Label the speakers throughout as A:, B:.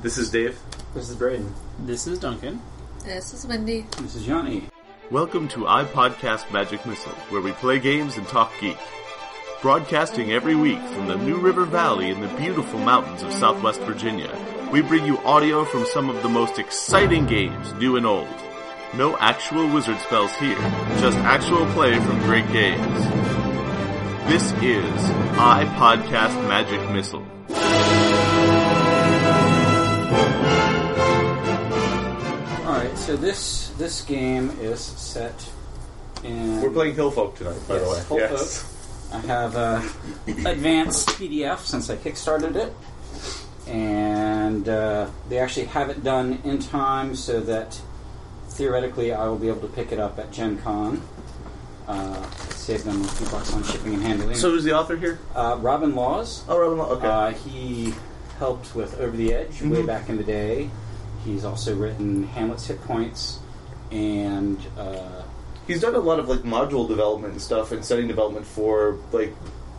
A: This is Dave.
B: This is Braden.
C: This is Duncan.
D: This is Wendy.
C: This is Yanni.
A: Welcome to iPodcast Magic Missile, where we play games and talk geek. Broadcasting every week from the New River Valley in the beautiful mountains of Southwest Virginia, we bring you audio from some of the most exciting games, new and old. No actual wizard spells here, just actual play from great games. This is iPodcast Magic Missile.
C: All right, so this this game is set in.
A: We're playing Hillfolk tonight, by
C: Yes,
A: the
C: Hulk
A: way. Yes.
C: Hook. I have uh, advanced PDF since I kickstarted it, and uh, they actually have it done in time so that theoretically I will be able to pick it up at Gen Con. Uh, save them a few bucks on shipping and handling.
A: So who's the author here?
C: uh, Robin Laws.
A: Oh, Robin. Law- Okay. Mm-hmm.
C: Uh, he helped with Over the Edge way back in the day. He's also written Hamlet's Hit Points and uh,
A: he's done a lot of like module development and stuff and setting development for like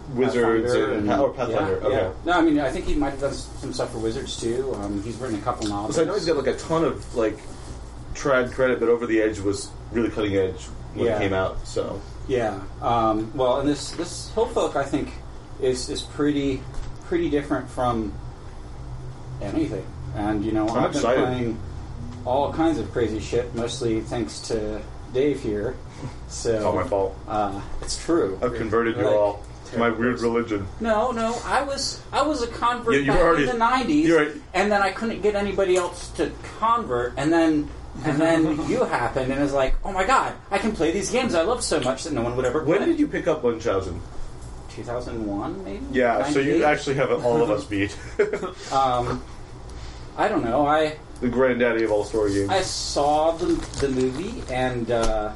A: wizards
C: Pathfinder
A: and, or Pathfinder.
C: Yeah,
A: okay.
C: yeah. No, I mean I think he might have done s- some stuff for Wizards too. Um, he's written a couple novels.
A: So I know he's got like a ton of like trad credit, but Over the Edge was really cutting edge when it
C: Yeah.
A: came out. So
C: Yeah. Um, well, and this this Hillfolk I think is is pretty pretty different from anything. And you know
A: I'm
C: have
A: excited.
C: been playing all kinds of crazy shit, mostly thanks to Dave here. So
A: it's all my fault.
C: Uh, it's true.
A: I've converted you
C: Like,
A: all to my weird religion.
C: No, no, I was I was a convert
A: Yeah, you were
C: back
A: already-
C: in the nineties,
A: you're right.
C: and then I couldn't get anybody else to convert, and then and then you happened, and it's like, oh my god, I can play these games I loved so much that no one would ever.
A: When did you pick up Munchausen?
C: Two thousand one, maybe.
E: Yeah, so you
C: 98?
E: actually have all of us beat.
C: Um, I don't know. I
A: The granddaddy of all story games.
C: I saw the the movie, and uh,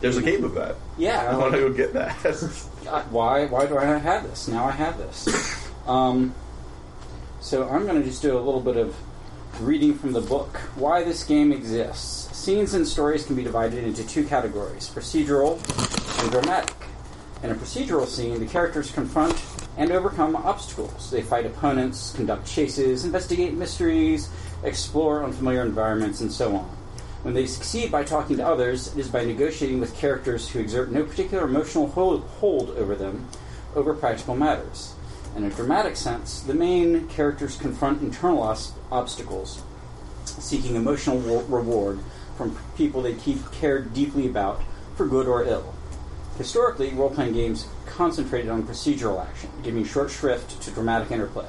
A: There's a game of that.
C: yeah,
A: I
C: I'm
A: want
C: like,
A: to go get that.
C: I- "Uh, why why do I not have this? Now I have this. Um, so I'm going to just do a little bit of reading from the book. Why this game exists. Scenes and stories can be divided into two categories: procedural and dramatic. In a procedural scene, the characters confront and overcome obstacles. They fight opponents, conduct chases, investigate mysteries, explore unfamiliar environments, and so on. When they succeed by talking to others, it is by negotiating with characters who exert no particular emotional hold, hold over them over practical matters. In a dramatic sense, the main characters confront internal os- obstacles, seeking emotional wo- reward from people they keep cared deeply about, for good or ill. Historically, role playing games concentrated on procedural action, giving short shrift to dramatic interplay.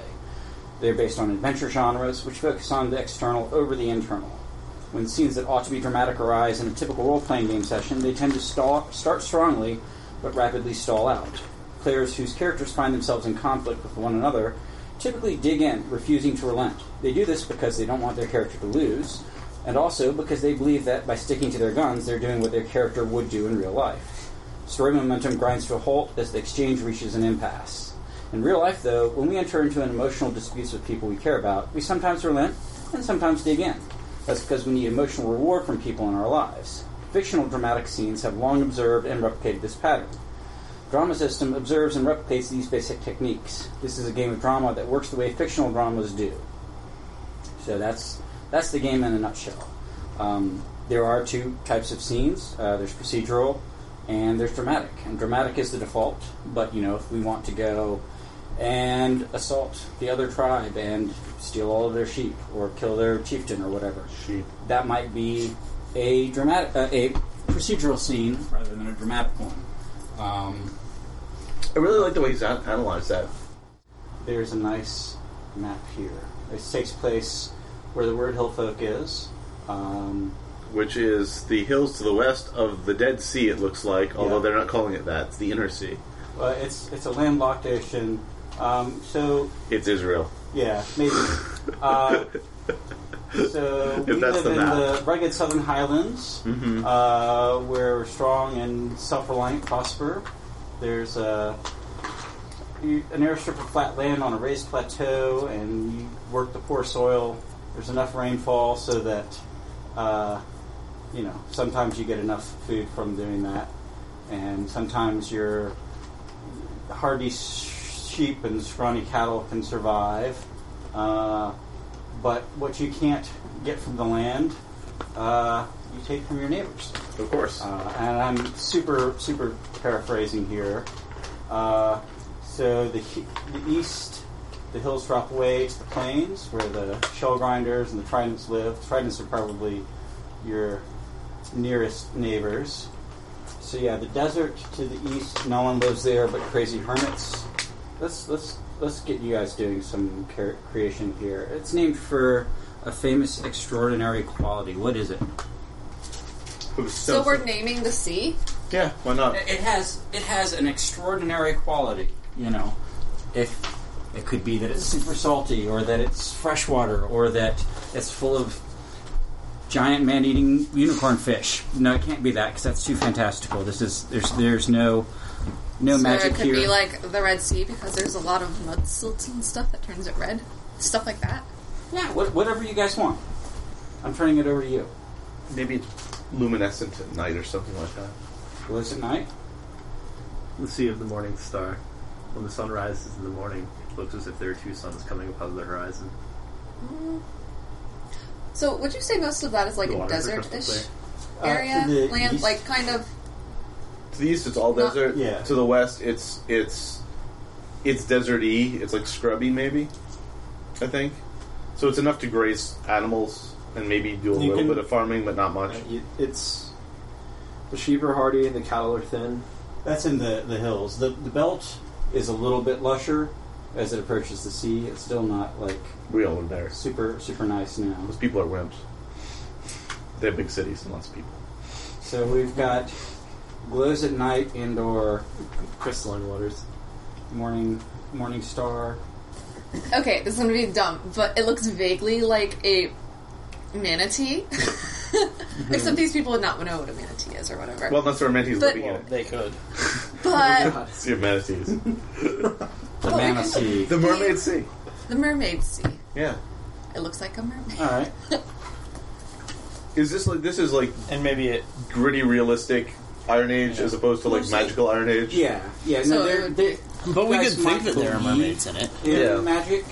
C: They're based on adventure genres, which focus on the external over the internal. When scenes that ought to be dramatic arise in a typical role playing game session, they tend to stall, start strongly but rapidly stall out. Players whose characters find themselves in conflict with one another typically dig in, refusing to relent. They do this because they don't want their character to lose, and also because they believe that by sticking to their guns, they're doing what their character would do in real life. Story momentum grinds to a halt as the exchange reaches an impasse. In real life, though, when we enter into an emotional dispute with people we care about, we sometimes relent and sometimes dig in. That's because we need emotional reward from people in our lives. Fictional dramatic scenes have long observed and replicated this pattern. Drama System observes and replicates these basic techniques. This is a game of drama that works the way fictional dramas do. So that's that's the game in a nutshell. Um, there are two types of scenes. Uh, there's procedural and there's dramatic. And dramatic is the default. But you know, if we want to go and assault the other tribe and steal all of their sheep or kill their chieftain or whatever,
A: Sheep.
C: that might be a dramatic, uh, a procedural scene rather than a dramatic one. Um,
A: I really like the way he's an- analyzed that.
C: there's a nice map here. It takes place where the word hillfolk is. Um,
A: which is the hills to the west of the Dead Sea. It looks like, although
C: Yeah.
A: they're not calling it that. It's the Inner Sea.
C: well, it's it's a landlocked ocean. Um, so
A: It's Israel.
C: yeah, maybe. uh, so we
A: that's
C: live
A: the
C: in
A: map. Mm-hmm.
C: the rugged southern highlands, uh, where we're strong and self-reliant prosper. There's a an airstrip of flat land on a raised plateau, and you work the poor soil. There's enough rainfall so that uh, you know sometimes you get enough food from doing that, and sometimes your hardy sh- sheep and scrawny cattle can survive. Uh, but what you can't get from the land, uh, you take from your neighbors.
A: Of course.
C: Uh, and I'm super, super paraphrasing here. Uh, so the, he- the east, the hills drop away to the plains where the shell grinders and the tridents live. tridents are probably your nearest neighbors. So yeah, the desert to the east, no one lives there but crazy hermits. Let's let's let's get you guys doing some cre- creation here. It's named for a famous extraordinary quality. What is it?
A: Who's
D: So we're naming the sea.
A: yeah, why not?
C: It has it has an extraordinary quality, you know. If it could be that it's super salty, or that it's freshwater, or that it's full of giant man-eating unicorn fish. No, it can't be that because that's too fantastical. This is there's there's no no
D: So
C: magic
D: it could
C: here.
D: be like the Red Sea because there's a lot of mud silts and stuff that turns it red. Stuff like that.
C: yeah, what, whatever you guys want. I'm turning it over to you.
A: Maybe it's luminescent at night or something like that.
C: Was it night?
F: The sea of the morning star. When the sun rises in the morning, it looks as if there are two suns coming above the horizon.
D: So would you say most of that is like
F: The
D: a
F: waters are crystal
D: desert-ish
C: Uh,
D: area,
C: to the
D: land,
C: east.
D: like kind of.
A: To the east, it's all
D: Not-
A: desert.
C: Yeah.
A: To the west, it's it's it's deserty. It's like scrubby, maybe. I think. So it's enough to graze animals and maybe do a
B: You
A: little
B: can-
A: bit of farming, but not much.
B: Uh, you- It's the sheep are hardy and the cattle are thin.
C: That's in the, the hills. The, the belt is a little bit lusher as it approaches the sea. It's still not like
A: We all are there.
C: super super nice now.
A: Those people are wimps. They have big cities and lots of people.
C: So we've got glows at night, indoor,
B: Crystalline waters.
C: morning, morning star.
D: Okay, this is gonna be dumb, but it looks vaguely like a manatee. Except these people would not know what a manatee is or whatever.
A: Well, that's where manatees
D: But-
A: living in it.
B: they could.
D: but
B: God.
A: Sea of manatees.
C: The
D: Well, we can-
C: manatee.
A: the mermaid sea.
D: the mermaid sea.
A: Yeah.
D: It looks like a mermaid.
C: All right.
A: Is this like this is like
B: And maybe it.
A: gritty, realistic Iron Age as opposed to like
C: Mostly-
A: magical Iron Age?
C: Yeah. Yeah.
D: So
C: No,
D: it
C: they're,
D: would
C: they
G: But we
C: Guys
G: could
C: might
G: think that there are
C: believe-
G: mermaids in it.
C: they're
A: Yeah.
C: magic,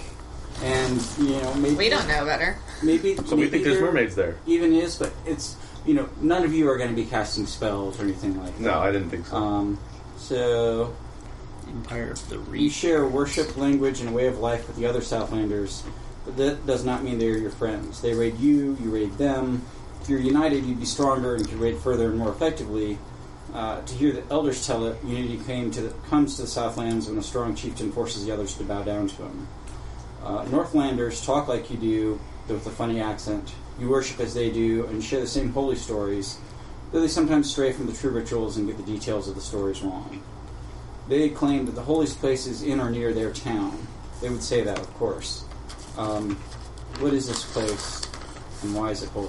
C: and you know maybe
D: We don't know better.
C: Maybe
A: So we
C: maybe
A: think there's
C: there
A: mermaids there.
C: Even is, but it's you know none of you are going to be casting spells or anything like that.
A: No, I didn't think so.
C: Um. So
G: Empire of the
C: You
G: Reach.
C: share worship, language, and way of life with the other Southlanders, but that does not mean they're your friends. They raid you, you raid them. If you're united, you'd be stronger and could raid further and more effectively. Uh, to hear the elders tell it, unity came to the, comes to the Southlands when a strong chieftain forces the others to bow down to him. Uh, Northlanders talk like you do, though with a funny accent. You worship as they do and share the same holy stories, though they sometimes stray from the true rituals and get the details of the stories wrong. They claim that the holiest place is in or near their town. They would say that, of course. Um, what is this place, and why is it holy?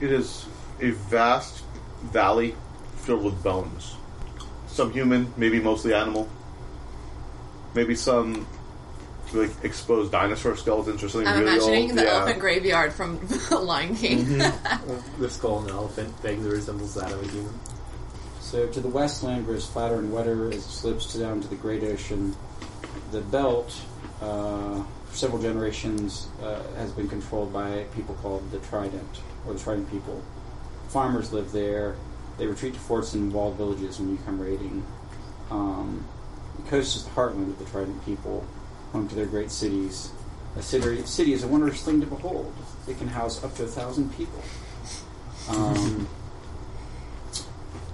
A: It is a vast valley filled with bones. Some human, maybe mostly animal. Maybe some like exposed dinosaur skeletons or something
D: I'm
A: really
D: imagining
A: old.
D: the
A: yeah.
D: elephant graveyard from Lion King.
B: The skull of an elephant vaguely resembles that of a human.
C: So to the westland, where it's flatter and wetter as it slips down to the great ocean, the belt, uh, for several generations, uh, has been controlled by people called the Trident, or the Trident people. Farmers live there. They retreat to forts and walled villages when you come raiding. Um, the coast is the heartland of the Trident people, home to their great cities. A city, city is a wondrous thing to behold. It can house up to a thousand people. Um,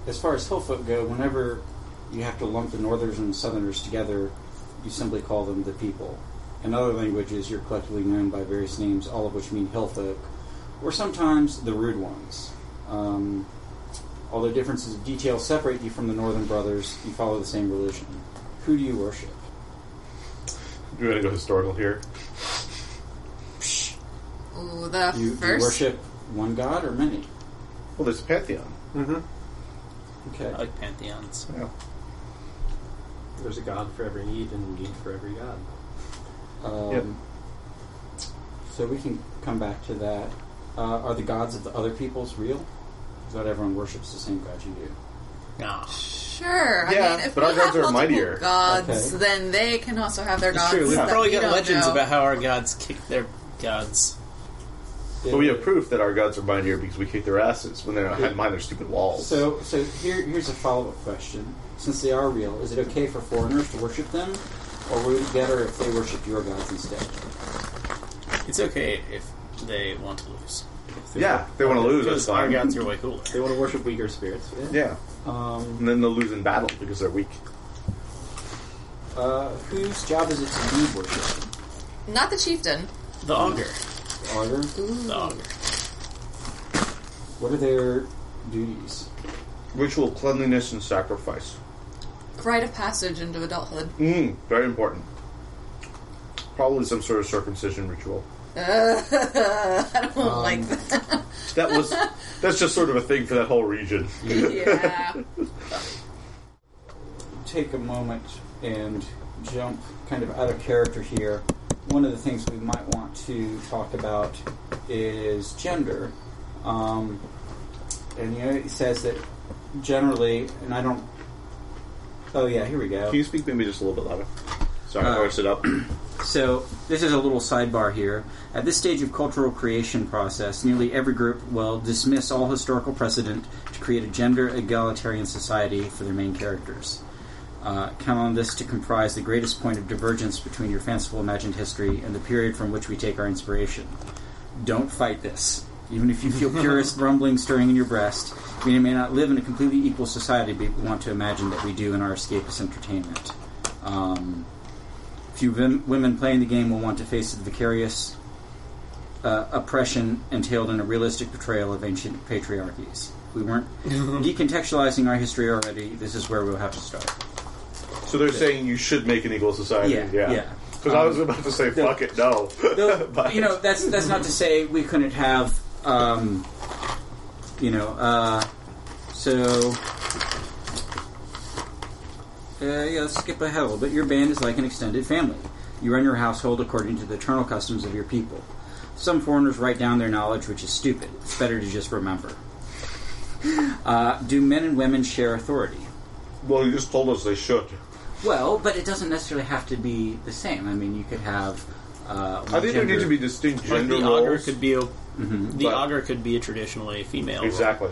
C: as far as hillfolk go, whenever you have to lump the northerners and southerners together, you simply call them the people. In other languages, you're collectively known by various names, all of which mean hillfolk, or sometimes the rude ones. Um, although differences of detail separate you from the northern brothers, you follow the same religion. Who do you worship?
A: Do you want to go historical here?
D: Ooh, the
C: Do you, do you
D: first.
C: worship one god or many?
A: Well, there's a pantheon.
B: Mm-hmm.
C: Okay.
G: I like pantheons.
A: Yeah.
B: There's a god for every need and a need for every god.
C: Um,
A: Yep.
C: So we can come back to that. Uh, are the gods of the other peoples real? Because not everyone worships the same god you do.
G: Ah.
D: Sure. I
A: Yeah,
D: mean, if
A: but our
D: we have
A: gods are
D: multiple
A: mightier.
D: gods,
C: Okay.
D: then they can also have their
G: It's
D: gods.
G: true. We've
D: that
G: probably
D: we
G: got
D: don't
G: legends
D: know.
G: about how our gods kicked their gods.
A: But we have proof that our gods are mine here because we kicked their asses when they don't hide behind their stupid walls.
C: So, so here, here's a follow-up question. Since they are real, is it okay for foreigners to worship them, or would it be better if they worshipped your gods instead?
G: It's okay if they want to lose.
A: yeah, they want to lose. That's
G: Because our
A: fine.
G: gods are way cooler.
B: They want to worship weaker spirits.
A: Yeah,
C: Um,
A: and then they'll lose in battle because they're weak.
C: uh, whose job is it to lead worship?
D: Not the chieftain.
G: The auger.
C: Are there?
G: The auger.
C: What are their duties?
A: Ritual cleanliness and sacrifice.
D: Rite of passage into adulthood.
A: Mm, very important. Probably some sort of circumcision ritual.
D: I don't like
C: Um,
D: that.
A: That was that's just sort of a thing for that whole region.
D: yeah.
C: Take a moment and jump kind of out of character here. One of the things we might want to talk about is gender. Um, and you know, it says that generally, and I don't. Oh yeah, here we go.
A: Can you speak maybe just a little bit louder? Sorry,
C: Uh,
A: I always sit up.
C: So this is a little sidebar here. At this stage of cultural creation process, nearly every group will dismiss all historical precedent to create a gender egalitarian society for their main characters. Uh, count on this to comprise the greatest point of divergence between your fanciful imagined history and the period from which we take our inspiration. Don't fight this. Even if you feel purist rumblings stirring in your breast, we may not live in a completely equal society, but we want to imagine that we do in our escapist entertainment. Um, Few vim- women playing the game will want to face the vicarious uh, oppression entailed in a realistic portrayal of ancient patriarchies. If we weren't decontextualizing our history already, this is where we'll have to start.
A: So they're saying you should make an equal society.
C: Yeah,
A: yeah.
C: yeah.
A: Because I was about to say, fuck it, no.
C: Though, you know, that's that's not to say we couldn't have, um, you know, uh, so. Uh, yeah, let's skip ahead a little bit. Your band is like an extended family. You run your household according to the eternal customs of your people. Some foreigners write down their knowledge, which is stupid. It's better to just remember. Uh, do men and women share authority?
A: Well, you just told us they should.
C: Well, but it doesn't necessarily have to be the same. I mean, you could have. Uh,
A: I think there need
C: gender-
A: to be distinct
G: Like
A: gender
G: the auger
A: roles. Mm-hmm.
G: could be a the
A: But-
G: auger could be a traditionally female role,
A: exactly.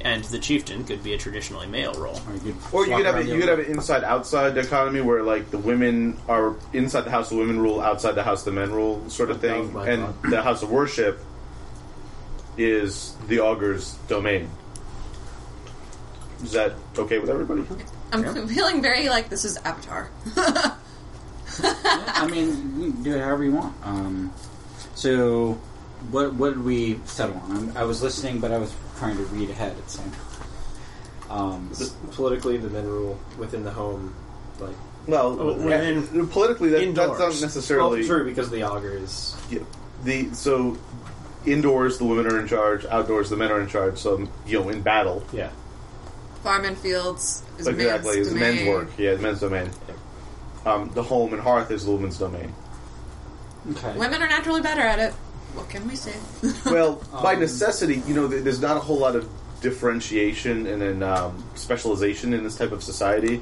G: and the chieftain could be a traditionally male role.
C: Or you could,
A: Or you
C: swap
A: could have
C: around
A: it,
C: the
A: you could
C: other-
A: have an inside outside dichotomy where like the women are inside the house the women rule, outside the house the men rule sort of
F: That
A: thing.
F: was my
A: And
F: thought.
A: the house of worship is the augur's domain. Is that okay with everybody?
D: I'm feeling very like this is Avatar.
C: I mean, you can do it however you want. Um, so, what what did we settle on? i I was listening, but I was trying to read ahead at the same time. Um,
B: Politically, the men rule within the home. Like,
A: Well,
G: Oh, women
A: eh, politically that, that's
G: indoors.
A: not necessarily
B: well, true because the auger is
A: Yeah. the so indoors the women are in charge, outdoors the men are in charge. So you know in battle
B: yeah.
D: Farm and fields is
A: exactly
D: man's
A: is men's
D: domain.
A: work. Yeah, men's domain. Um, the home and hearth is the woman's domain.
C: okay.
D: Women are naturally better at it. What can we say?
A: Well, by
C: Um,
A: necessity, you know, th- there's not a whole lot of differentiation and then um, specialization in this type of society.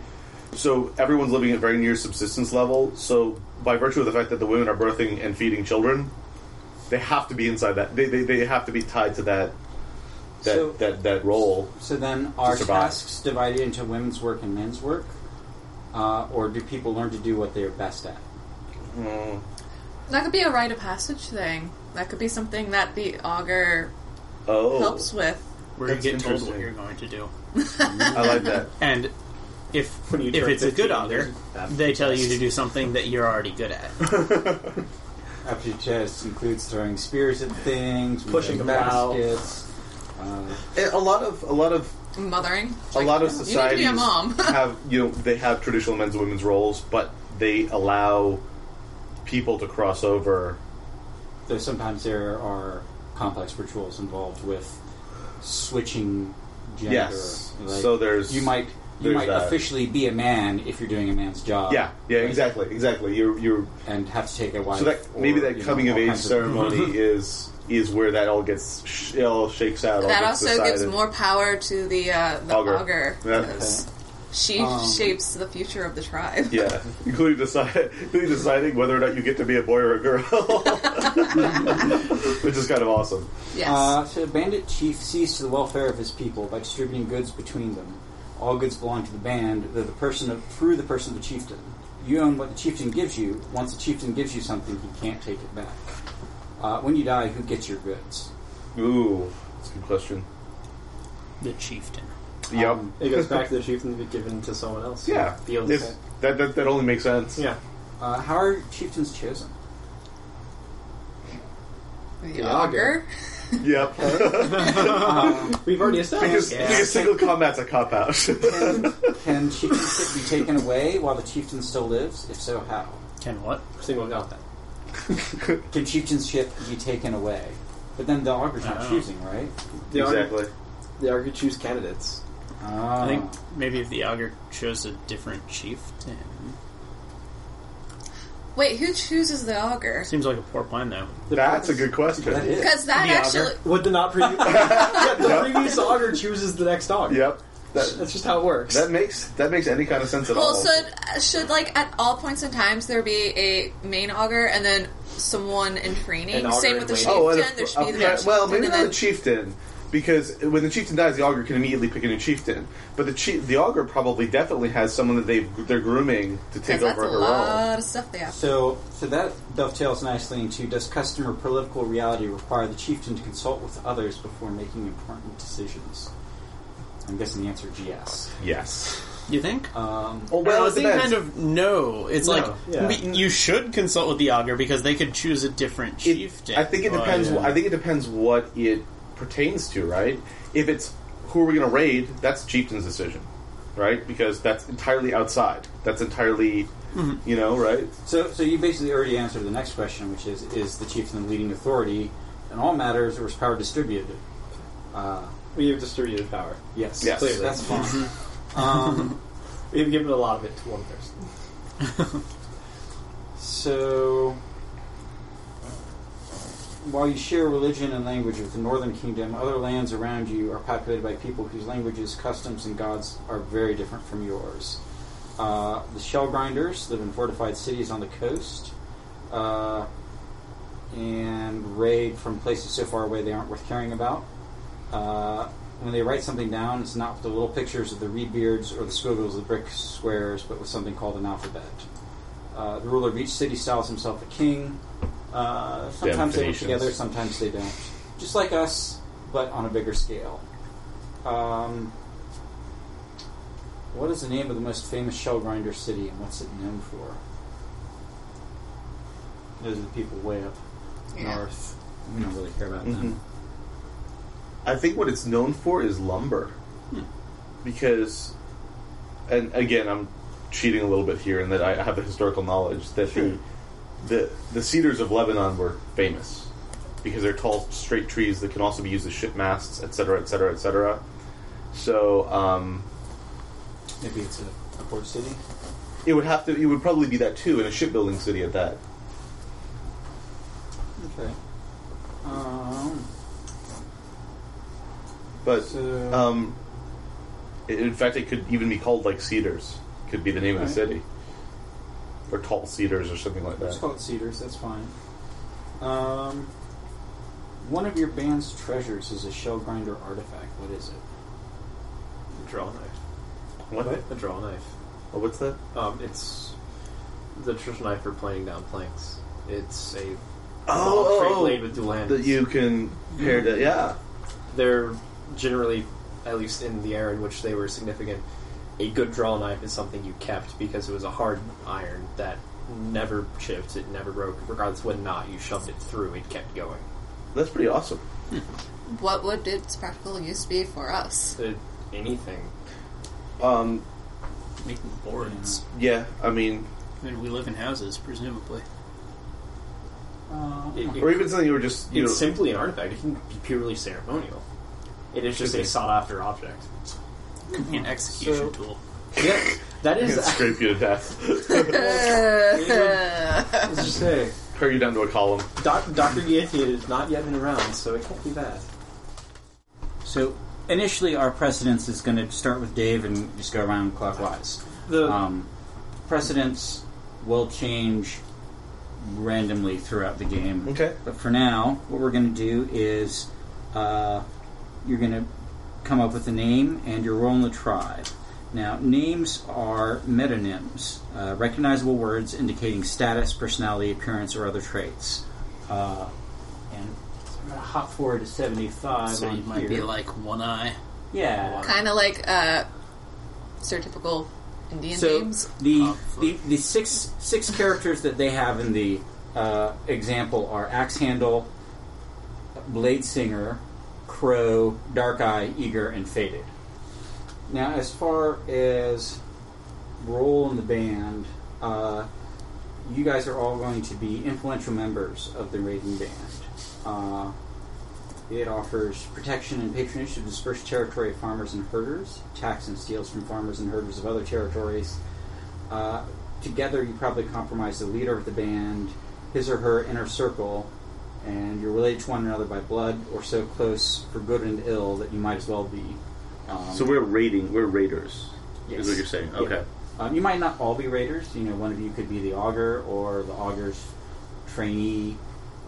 A: So everyone's living at very near subsistence level. So by virtue of the fact that the women are birthing and feeding children, they have to be inside that. They, they, they have to be tied to that that
C: So-
A: that, that role.
C: So then, are
A: survive.
C: tasks divided into women's work and men's work, uh, or do people learn to do what they are best at?
A: Mm.
D: that could be a rite of passage thing. That could be something that the augur
A: Oh,
D: helps with.
G: Where you
A: That's
G: get told what
A: interesting.
G: you're going to do,
A: I like that.
G: and if
B: When you
G: if
B: turn
G: it's a good
B: 15,
G: auger,
B: there's a-
G: they tell you to do something that you're already good at.
C: After chess includes throwing spears at things,
B: Pushing
C: making
B: them out.
C: baskets. Uh,
A: Eh, A lot of a lot of
D: Mothering.
A: a lot of
D: You need to be
A: societies
D: a mom.
A: have you know they have traditional men's and women's roles, but they allow people to cross over.
C: though sometimes there are complex rituals involved with switching gender.
A: Yes. So there's-
C: you might you
A: there's
C: might
A: that.
C: officially be a man if you're doing a man's job.
A: Yeah, yeah, exactly, exactly. You're you're
C: And have to take a wife.
A: so that
C: or,
A: maybe that
C: you know,
A: coming of
C: all
A: age
C: kinds Mm-hmm.
A: ceremony is is where that all gets sh- it all shakes out. all
D: that
A: gets
D: also gives
A: decided.
D: more power to the uh, the
A: Auger.
D: augur.
A: Yeah.
D: 'cause She
C: Um,
D: shapes the future of the tribe.
A: Yeah, including, decide, including deciding whether or not you get to be a boy or a girl, which is kind of awesome.
D: Yes.
C: Uh, so the bandit chief sees to the welfare of his people by distributing goods between them. All goods belong to the band, though the person of, through the person of the chieftain. You own what the chieftain gives you. Once the chieftain gives you something, he can't take it back. Uh, when you die, who gets your goods?
A: Ooh, that's a good question.
G: The chieftain.
A: Yep.
C: Um,
B: It goes back to the chieftain to be given to someone else.
A: yeah,
B: Feels
A: It's-
B: it.
A: that, that that only makes sense.
B: Yeah.
C: Uh, how are chieftains chosen?
D: the
B: the
D: auger.
A: Yep.
C: Um,
B: We've already established
A: because
B: that.
A: because single combat's a cop out.
C: can, can chieftainship be taken away while the chieftain still lives? If so, how?
G: Can what?
B: Single combat.
C: Can chieftainship be taken away? But then the auger's not
G: Oh.
C: choosing, right?
B: They are-
A: exactly.
B: They are to choose candidates.
C: Ah.
G: I think
A: Uh,
G: maybe if the augur chose a different chieftain.
D: Wait, who chooses the auger?
G: Seems like a poor plan, though.
A: That's a good
C: that
A: question.
C: is.
D: Because that
G: The
D: actually.
G: auger.
B: Would the not previous yeah, the
A: Yep.
B: previous auger chooses the next auger.
A: Yep. That,
B: That's just how it works.
A: that makes that makes any kind of sense at
D: Well,
A: all.
D: should should like at all points in times there be a main auger and then someone in training?
B: An auger
D: Same with the
B: in
D: chieftain.
B: waiting.
A: Oh, and
D: there
A: if,
D: should be the
A: yeah,
D: chieftain
A: well, maybe
D: and
A: not
D: then-
A: the chieftain, because when the chieftain dies, the augur can immediately pick a new chieftain. But the chief, the augur probably definitely has someone that they they're grooming to take
D: 'cause
A: over
D: that's a
A: her
D: lot
A: role.
D: of stuff they have.
C: So, so that dovetails nicely into does customer political reality require the chieftain to consult with others before making important decisions? I'm guessing the answer is yes.
A: Yes.
G: You think?
C: Um,
A: Oh,
G: Well,
A: it
G: I think
A: depends.
G: kind of no. It's
B: No,
G: like
B: yeah.
G: we- you should consult with the augur because they could choose a different
A: It-
G: chieftain.
A: I think it
G: But-
A: depends. I think it depends what it pertains to, right? If it's who are we going to raid, that's chieftain's decision, right? Because that's entirely outside. That's entirely, you know, right?
C: so, so you basically already answered the next question, which is is the chieftain the leading authority in all matters or is power distributed? Uh,
B: we have distributed power.
C: yes.
A: Yes.
B: Clearly.
C: That's fine. um,
B: We have given a lot of it to one person.
C: So, while you share religion and language with the Northern Kingdom, other lands around you are populated by people whose languages, customs, and gods are very different from yours. Uh, the shell grinders live in fortified cities on the coast, uh, and raid from places so far away they aren't worth caring about. Uh, when they write something down, it's not with the little pictures of the reed beards or the squiggles of the brick squares, but with something called an alphabet. Uh, the ruler of each city styles himself a king. Uh, sometimes they work
A: Phoenicians.
C: together, sometimes they don't. Just like us, but on a bigger scale. Um, what is the name of the most famous shell grinder city, and what's it known for? Those are the people way up
D: Yeah.
C: north. We don't really care about
A: Mhm.
C: them.
A: I think what it's known for is lumber, because, and again, I'm cheating a little bit here in that I have the historical knowledge that the, the the cedars of Lebanon were famous because they're tall, straight trees that can also be used as ship masts, etc., etc., etc. So um,
C: Maybe it's a, a port city.
A: it would have to, it would probably be that too in a shipbuilding city at that.
C: Okay. Um,
A: But
C: So-
A: um, i- in fact, it could even be called like cedars. Could be the name of the city,
C: Alright.
A: or tall cedars, or something like
C: let's
A: that.
C: call it Cedars. That's fine. Um, one of your band's treasures is a shell grinder artifact. What is it?
B: A draw knife.
A: What?
B: A draw knife.
A: Oh, what's that?
B: Um, it's the traditional knife for planing down planks. It's a
A: Oh,
B: straight
A: oh,
B: blade with dual ends.
A: that you can pair to yeah.
B: They're generally, at least in the era in which they were significant, a good draw knife is something you kept because it was a hard iron that never chipped, it never broke, regardless of what knot you shoved it through, it kept going.
A: That's pretty awesome.
D: What would its practical use be for us?
B: It, anything.
A: Um,
G: making boards.
A: yeah, I mean,
G: I mean, we live in houses, presumably.
C: Uh,
B: It, it-
A: or even something you were just you
B: it's
A: know,
B: simply an artifact. It can be purely ceremonial. It is just
A: Should
B: a
A: be.
B: sought after object.
G: Could be an execution
C: So-
G: tool.
B: Yeah, that
A: can
B: is.
A: scrape you to death,
D: Uh,
B: Let's just say,
A: tear you down to a column.
B: Doc, Dr. Guillotine is not yet been around, so it can't be that.
C: So, initially our precedence is going to start with Dave and just go around clockwise.
B: The
C: Um, precedence will change randomly throughout the game.
A: Okay.
C: But for now, what we're going to do is uh, you're going to come up with a name and you're rolling the tribe. Now, names are metonyms, uh, recognizable words indicating status, personality, appearance, or other traits. Uh, and so I'm going to hop forward to 75
G: So
C: on
G: you might
C: here.
G: be like one eye.
C: yeah.
D: Kind of like uh, stereotypical Indian
C: so
D: names.
C: the,
G: Oh,
C: the the six six characters that they have in the uh, example are axe handle, blade singer, crow, dark eye, eager, and faded. Now, as far as role in the band, uh, you guys are all going to be influential members of the Raven Band. Uh, it offers protection and patronage to dispersed territory of farmers and herders, tax and steals from farmers and herders of other territories. Uh, together, you probably compromise the leader of the band, his or her inner circle, and you're related to one another by blood or so close for good and ill that you might as well be. Um,
A: So we're raiding. We're raiders.
C: Yes.
A: Is what you're saying? Okay.
C: Um, you might not all be raiders. You know, one of you could be the augur or the augur's trainee,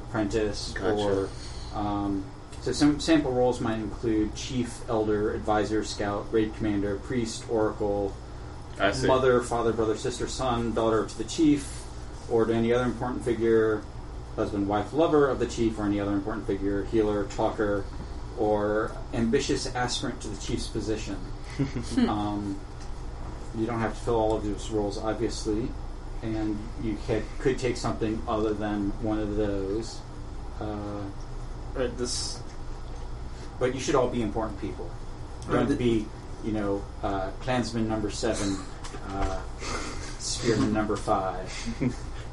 C: apprentice,
A: Gotcha.
C: or um, so. Some sample roles might include chief, elder, advisor, scout, raid commander, priest, oracle,
A: I see.
C: mother, father, brother, sister, son, daughter to the chief, or to any other important figure, husband, wife, lover of the chief, or any other important figure, healer, talker, or ambitious aspirant to the chief's position. um, you don't have to fill all of those roles, obviously, and you ca- could take something other than one of those, uh,
B: uh, this
C: but you should all be important people. Don't
B: Right.
C: be, you know, uh, clansman number seven, uh, spearman number five.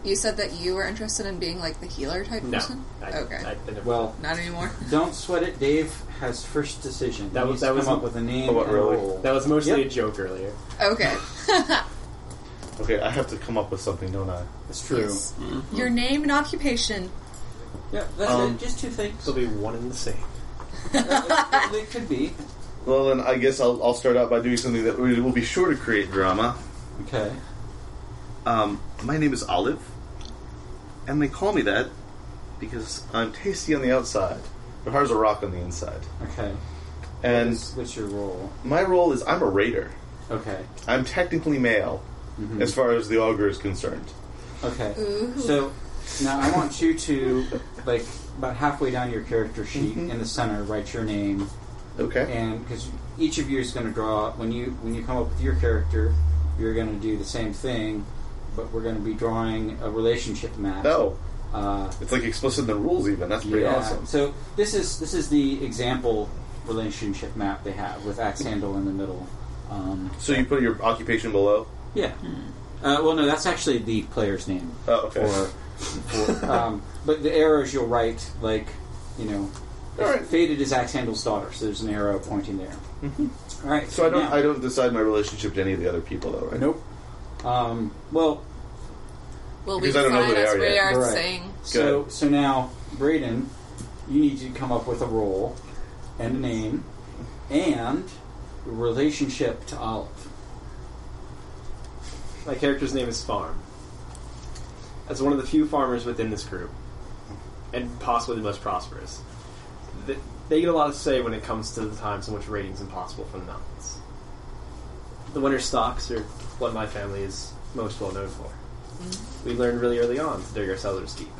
D: You said that you were interested in being like the healer type
B: no.
D: person.
B: I,
D: okay,
B: I, I never-
C: Well,
D: not anymore.
C: Don't sweat it. Dave has first decision.
B: That was-
C: He needs to
B: that was-
C: come up with a name.
A: Oh, what,
C: and a
A: really?
C: role.
B: that was mostly
C: Yep.
B: a joke earlier.
D: Okay,
A: Okay, I have to come up with something, don't I?
C: That's true.
D: yes.
A: Mm-hmm.
D: your name and occupation.
C: Yeah, that's
A: Um,
C: it. Just two things.
B: It'll be one and the same.
C: Uh, it, it could be.
A: Well, then I guess I'll, I'll start out by doing something that we will be sure to create drama.
C: Okay.
A: Um, my name is Olive, and they call me that because I'm tasty on the outside, but hard's a rock on the inside.
C: Okay.
A: And
C: what's, what's your role?
A: my role is I'm a raider.
C: Okay.
A: I'm technically male,
C: Mhm.
A: as far as the auger is concerned.
C: Okay.
D: Ooh.
C: So now I want you to, like, about halfway down your character sheet
B: Mm-hmm.
C: in the center, write your name,
A: Okay.
C: and because each of you is going to draw when you when you come up with your character, you're going to do the same thing, but we're going to be drawing a relationship map.
A: No,
C: Uh,
A: it's like explicit in the rules. Even that's Oh. pretty
C: yeah.
A: awesome.
C: So this is this is the example relationship map they have with axe handle in the middle. Um,
A: So you put your occupation below.
C: yeah. Uh, well, no, that's actually the player's name.
A: Oh, okay.
C: Or, for, um, but the arrows you'll write like you know.
A: All right.
C: Faded is axe handle's daughter, so there's an arrow pointing there. All right.
A: Mm-hmm. so I don't.
C: now-
A: I don't decide my relationship to any of the other people, though, right?
C: Nope. Um, well,
D: Well, we
A: Because I don't know
D: decide
A: who they
D: as
A: are
D: we
A: yet.
D: are
C: Right.
D: saying.
C: so so now, Braden, you need to come up with a role and a name and a relationship to Olive.
B: My character's name is Farm. As one of the few farmers within this group, and possibly the most prosperous, th- they get a lot to say when it comes to the times in which raiding's impossible from the mountains. The winter stocks are what my family is most well known for. We learned really early on to dig ourselves ourselves deep.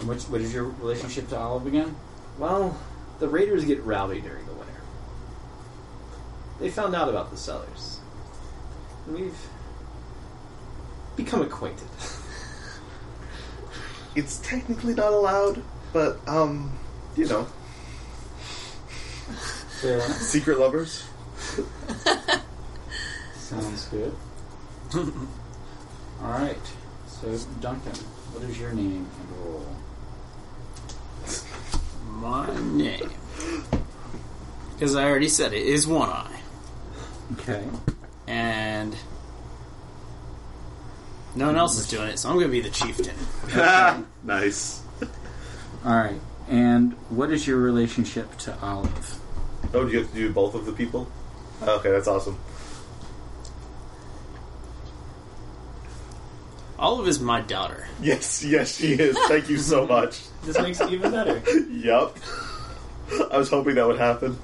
C: And what's, what is your relationship to Olive again?
B: Well, the raiders get rowdy during the winter. They found out about the sellers. And we've become acquainted.
A: It's technically not allowed, but um, you know,
C: Fair enough.
A: secret lovers.
C: Sounds good. All right. So Duncan, what is your name and role?
G: My name. Because I already said it is one eye.
C: Okay.
G: And no one else is doing it, so I'm going to be the chieftain.
A: nice.
C: All right. And what is your relationship to Olive?
A: Oh, do you have to do both of the people? Okay, that's awesome.
G: Olive is my daughter.
A: Yes, yes, she is. Thank you so much.
B: This makes it even better.
A: Yup. I was hoping that would happen.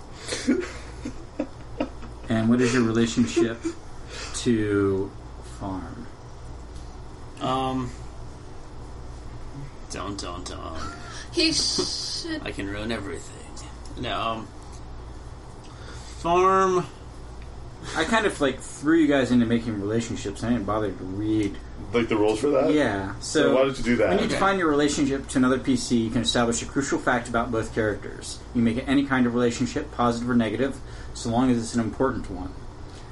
C: And what is your relationship to Farm?
G: Um. Don't, don't, don't.
D: He should.
G: I can ruin everything. No, um. Farm.
C: I kind of like threw you guys into making relationships. I didn't bother to read.
A: Like the rules for that?
C: Yeah, so,
A: why Uh, did you do that?
C: When you define your relationship to another PC, you can establish a crucial fact about both characters. You make it any kind of relationship, positive or negative, so long as it's an important one.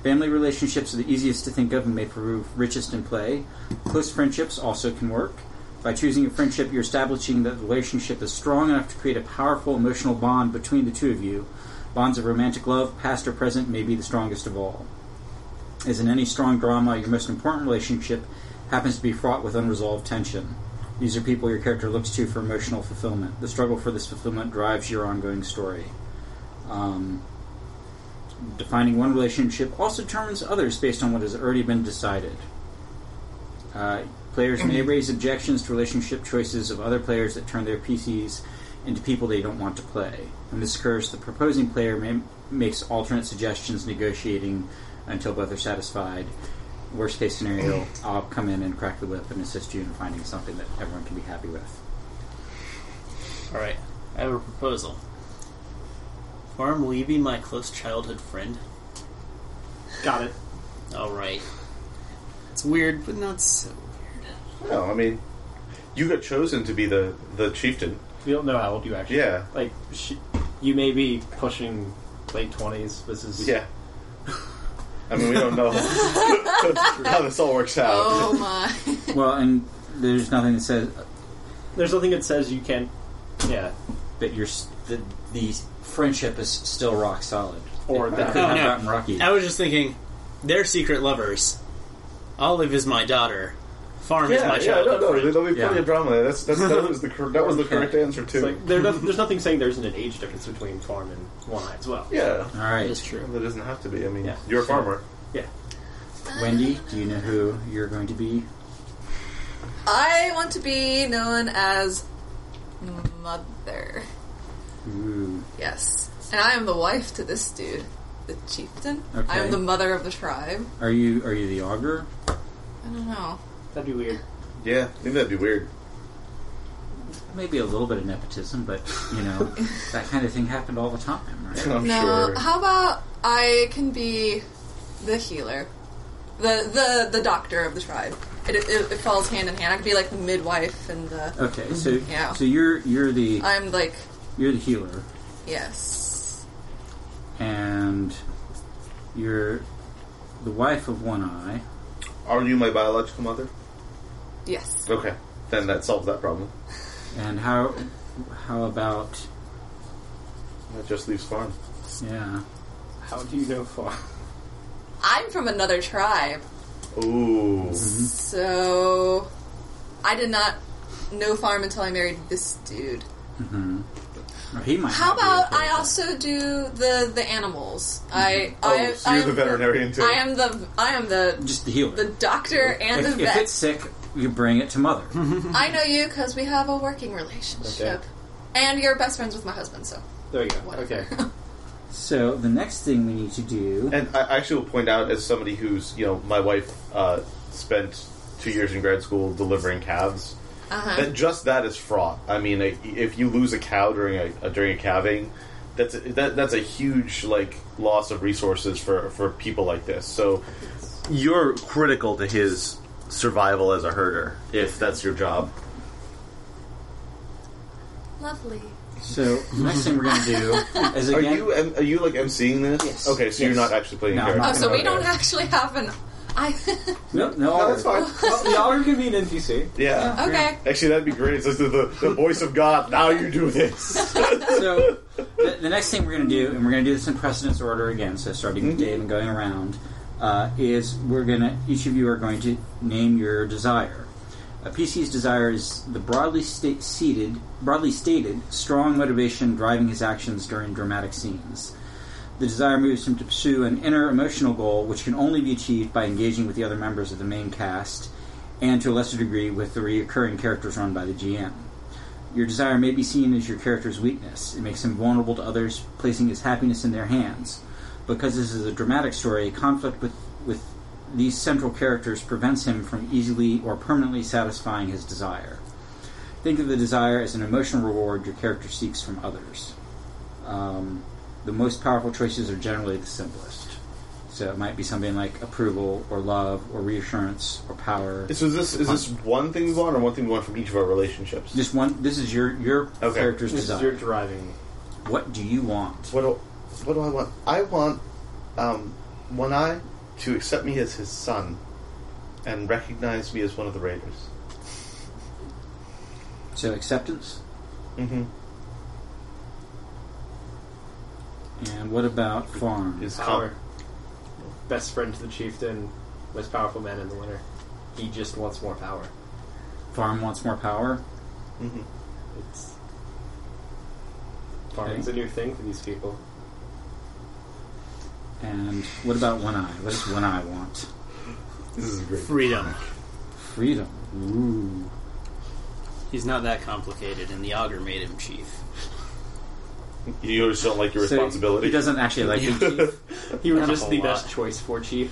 C: Family relationships are the easiest to think of and may prove richest in play. Close friendships also can work. By choosing a friendship, you're establishing that the relationship is strong enough to create a powerful emotional bond between the two of you. Bonds of romantic love, past or present, may be the strongest of all. As in any strong drama, your most important relationship happens to be fraught with unresolved tension. These are people your character looks to for emotional fulfillment. The struggle for this fulfillment drives your ongoing story. Um, defining one relationship also determines others based on what has already been decided. Uh, players may raise objections to relationship choices of other players that turn their PCs into people they don't want to play. When this occurs, the proposing player may, makes alternate suggestions, negotiating until both are satisfied. Worst case scenario, I'll come in and crack the whip and assist you in finding something that everyone can be happy with.
G: Alright, I have a proposal. Farm, will you be my close childhood friend?
B: Got it.
G: Alright. It's weird, but not so.
A: No, I mean, you got chosen to be the, the chieftain.
B: We don't know how old you actually.
A: Yeah.
B: Are. Like she, you may be pushing late twenties. This is
A: Yeah. I mean, we don't know how this all works out.
D: Oh my.
C: Well, and there's nothing that says
B: There's nothing that says you can't. Yeah.
C: that your s- that the friendship is still rock solid.
B: Or
C: It
B: that-
C: could
G: Oh,
C: have
G: no.
C: gotten rocky.
G: I was just thinking, they're secret lovers. Olive is my daughter. Farm is
A: Yeah,
G: my
A: yeah, no,
G: childhood
A: no,
G: friend.
A: there'll be plenty
C: Yeah.
A: of drama there. That's, that's, that was the cor- that was the correct answer too.
B: It's like there, there's nothing saying there isn't an age difference between farm and one eye as well.
A: yeah,
C: All
G: That
C: right,
G: is true.
A: that doesn't have to be. I mean,
B: Yeah.
A: you're a farmer.
C: Wendy, do you know who you're going to be?
D: I want to be known as Mother.
C: Ooh.
D: Yes. And I am the wife to this dude, the chieftain. I
C: Okay.
D: am the mother of the tribe.
C: Are you are you the augur?
D: I don't know.
B: That'd be weird.
A: Yeah, I think that'd be weird.
C: Maybe a little bit of nepotism, but you know that kind of thing happened all the time, right?
A: I'm
D: no.
A: sure.
D: How about I can be the healer, the the the doctor of the tribe. It, it, it falls hand in hand. I could be like the midwife and the.
C: Okay, so
D: Yeah.
C: so you're you're the
D: I'm like
C: you're the healer,
D: yes.
C: and you're the wife of One Eye.
A: Are you my biological mother?
D: Yes.
A: Okay, then that solves that problem.
C: And how how about
A: That just leaves farm.
C: yeah?
B: How do you know farm?
D: I'm from another tribe,
A: Ooh,
D: so I did not know farm until I married this dude.
C: hmm He might.
D: How
C: not be
D: about
C: okay with
D: I
C: that.
D: also do the the animals? I
A: oh,
D: I,
A: so
D: I
A: you're
D: am
A: the veterinarian too.
D: I am the I am the
C: just the healer?
D: the doctor and
C: if,
D: the
C: if
D: vet. Mm-hmm.
C: it's sick, you bring it to mother.
D: I know you because we have a working relationship.
B: Okay.
D: And you're best friends with my husband, so
B: There you go.
D: whatever.
B: Okay.
C: so the next thing we need to do.
A: And I actually will point out, as somebody who's, you know, my wife uh, spent two years in grad school delivering calves,
D: Uh-huh.
A: that just that is fraught. I mean, i- if you lose a cow during a, uh, during a calving, that's a, that, that's a huge like loss of resources for for people like this. So you're critical to his survival as a herder if that's your job.
D: Lovely.
C: So the next thing we're going to do is
A: Are
C: again.
A: you em- are you like emceeing this?
C: Yes.
A: Okay, so you're
C: Yes.
A: not actually playing
C: No, I'm
A: character.
D: Oh, so we
A: Okay.
D: don't actually have an I
C: no, no,
A: No, that's
C: augur.
A: fine.
B: well, y'all are gonna be an NPC.
A: Yeah.
D: Okay.
A: Actually, that'd be great. It's just the, the, the voice of God. Now you do this.
C: So the, the next thing we're going to do, and we're going to do this in precedence order again, so starting with Dave and going around, uh, is we're going to each of you are going to name your desire. A PC's desire is the broadly sta- seated, broadly stated, strong motivation driving his actions during dramatic scenes. The desire moves him to pursue an inner emotional goal, which can only be achieved by engaging with the other members of the main cast, and to a lesser degree with the recurring characters run by the GM. Your desire may be seen as your character's weakness. It makes him vulnerable to others, placing his happiness in their hands. Because this is a dramatic story, conflict with, with these central characters prevents him from easily or permanently satisfying his desire. Think of the desire as an emotional reward your character seeks from others. Um, the most powerful choices are generally the simplest. So it might be something like approval or love or reassurance or power.
A: So is this is this one thing we want or one thing we want from each of our relationships?
C: Just one. This is your your
A: Okay.
C: character's
B: This is
C: desire.
B: your driving.
C: What do you want?
A: What do, what do I want? I want um, One Eye to accept me as his son and recognize me as one of the Raiders.
C: So acceptance.
A: Mm-hmm.
C: And what about farm?
A: Is
B: Power. Best friend to the chieftain, most powerful man in the winter. He just wants more power.
C: farm wants more power?
A: hmm
B: It's farming's a new thing for these people.
C: And what about one eye? What does one eye want?
A: This is great.
G: Freedom.
C: Freedom. Ooh.
G: He's not that complicated, and the auger made him chief.
A: You just don't like your
C: So
A: responsibility.
C: He doesn't actually like being chief.
B: You were
G: Not a
B: just
G: whole
B: the
G: lot.
B: best choice for chief.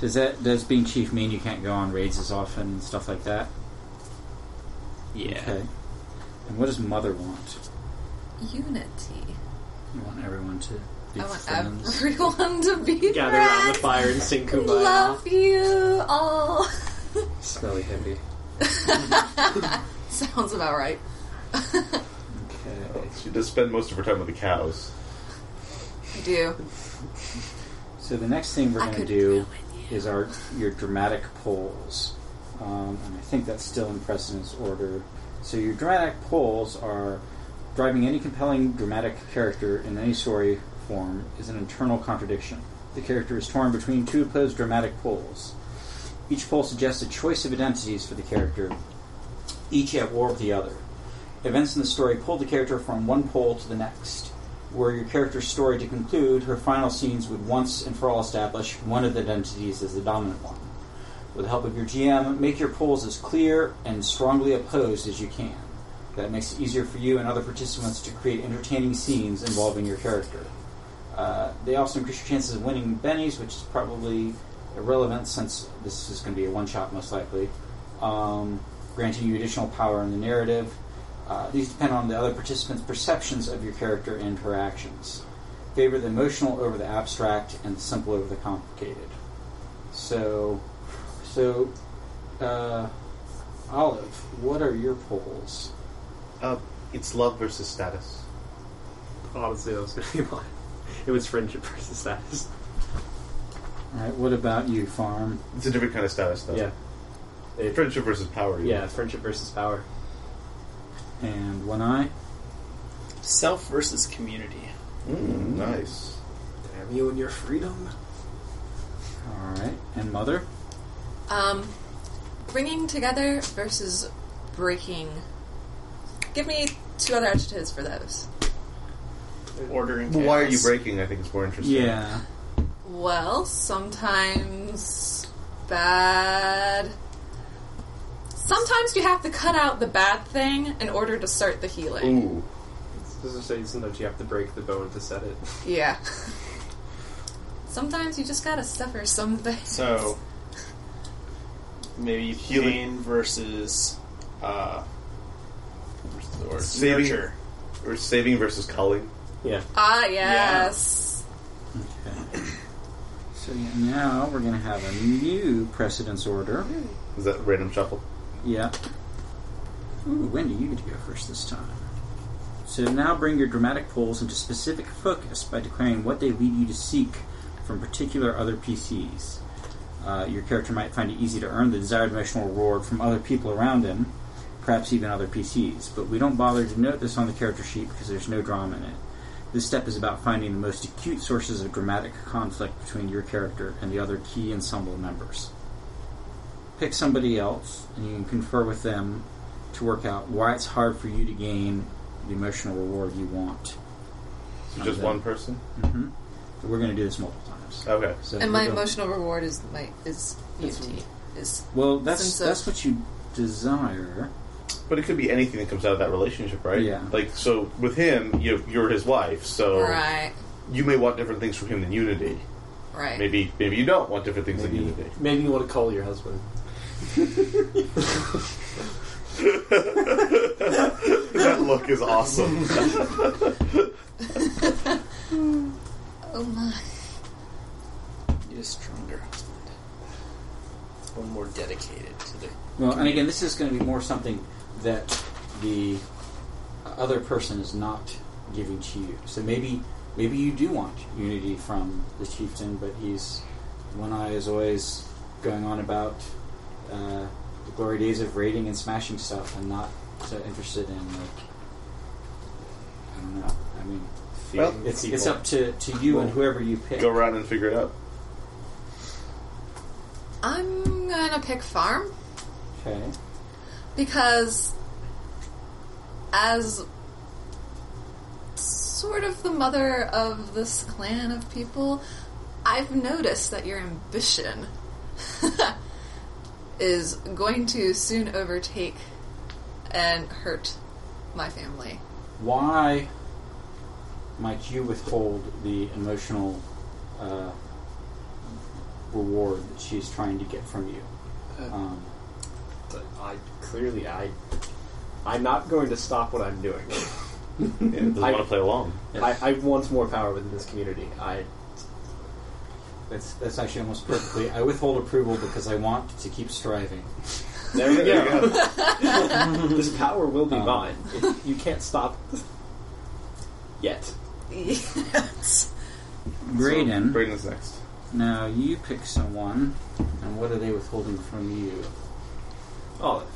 C: Does that does being chief mean you can't go on raids as often and stuff like that?
G: Yeah.
C: Okay. And what does mother want?
D: Unity.
C: You want everyone to be
D: I want
C: friends.
D: everyone to be
B: Gather around the
D: friends.
B: fire and sing kumbaya.
D: Love you all.
B: Smelly hippie.
D: Sounds about right.
C: Okay.
A: She does spend most of her time with the cows.
D: I do.
C: So the next thing we're
D: I
C: going to
D: could
C: do
D: ruin you.
C: is our your dramatic polls, um, and I think that's still in precedence order. So your dramatic polls are driving any compelling dramatic character in any story form is an internal contradiction. The character is torn between two opposed dramatic poles. Each pole suggests a choice of identities for the character, each at war with the other. Events in the story pull the character from one pole to the next. Were your character's story to conclude, her final scenes would once and for all establish one of the identities as the dominant one. With the help of your GM, make your poles as clear and strongly opposed as you can. That makes it easier for you and other participants to create entertaining scenes involving your character. Uh, they also increase your chances of winning bennies, which is probably irrelevant since this is going to be a one shot most likely, um, granting you additional power in the narrative. Uh, these depend on the other participants' perceptions of your character and her actions. Favor the emotional over the abstract and the simple over the complicated. So, so, uh, Olive, what are your polls?
A: Uh, it's love versus status.
F: Honestly, that was going to be mine. It was friendship versus status.
C: All right, what about you, Farm?
A: It's a different kind of status, though.
B: Yeah. It-
A: Friendship versus power. you
B: yeah, friendship versus power.
C: And One Eye?
G: Self versus community.
A: know. Mm, nice.
B: Damn you and your freedom.
C: All right, and Mother?
D: Um, bringing together versus breaking. Give me two other adjectives for those.
G: Order and
A: Well, why are you
G: chaos.
A: breaking? I think it's more interesting.
C: Yeah.
D: Well, sometimes bad. Sometimes you have to cut out the bad thing in order to start the healing.
A: Ooh.
B: This is say sometimes you have to break the bone to set it.
D: Yeah. Sometimes you just gotta suffer something.
G: So maybe
A: Healing.
G: pain versus uh, what's the word?
A: Saving-
G: nurture.
A: Or saving versus culling.
B: Yeah.
D: Ah, yes.
C: Okay. So yeah, now we're going to have a new precedence order.
A: Is that random shuffle?
C: Yeah. Ooh, Wendy, you get to go first this time. So now bring your dramatic pulls into specific focus by declaring what they lead you to seek from particular other PCs. Uh, your character might find it easy to earn the desired emotional reward from other people around him, perhaps even other PCs, but we don't bother to note this on the character sheet because there's no drama in it. This step is about finding the most acute sources of dramatic conflict between your character and the other key ensemble members. pick somebody else and you can confer with them to work out why it's hard for you to gain the emotional reward you want.
A: So just one person?
C: hmm We're going to do this multiple times.
A: Okay.
C: So
D: And
C: we're
D: my
C: going-
D: emotional reward is my is unity. Is
C: Well, that's
D: sense of-
C: that's what you desire.
A: But it could be anything that comes out of that relationship, right?
C: Yeah.
A: Like, so with him, you, you're his wife, so
D: right,
A: you may want different things from him than unity.
D: right.
A: Maybe maybe you don't want different things
C: Maybe.
A: than unity.
B: Maybe you want to call your husband.
A: that look is awesome.
D: Oh my!
G: Need a stronger husband. One more dedicated to the.
C: Well, and again, this is going to be more something that the other person is not giving to you. So maybe maybe you do want unity from the chieftain, but he's one eye is always going on about uh, the glory days of raiding and smashing stuff, and not so interested in like I don't know. I mean,
A: Well,
B: Feeding
C: it's
B: people.
C: it's up to, to you and whoever you pick.
A: Go around and figure it out.
D: I'm gonna pick farm
C: Okay.
D: because as sort of the mother of this clan of people, I've noticed that your ambition is going to soon overtake and hurt my family.
C: why might you withhold the emotional uh, reward that she's trying to get from you? Um,
B: But I clearly I I'm not going to stop what I'm doing.
A: Yeah, doesn't
B: I-
A: want to play along.
B: I, I want more power within this community. I
C: that's that's actually almost perfectly. I withhold approval because I want to keep striving.
B: there we
A: There
B: go.
A: you
B: this power will be
C: Um.
B: mine. It- you can't stop yet.
D: Yes.
C: Braden,
A: Brayden's next.
C: now you pick someone, and what are they withholding from you?
B: Olive, Oh,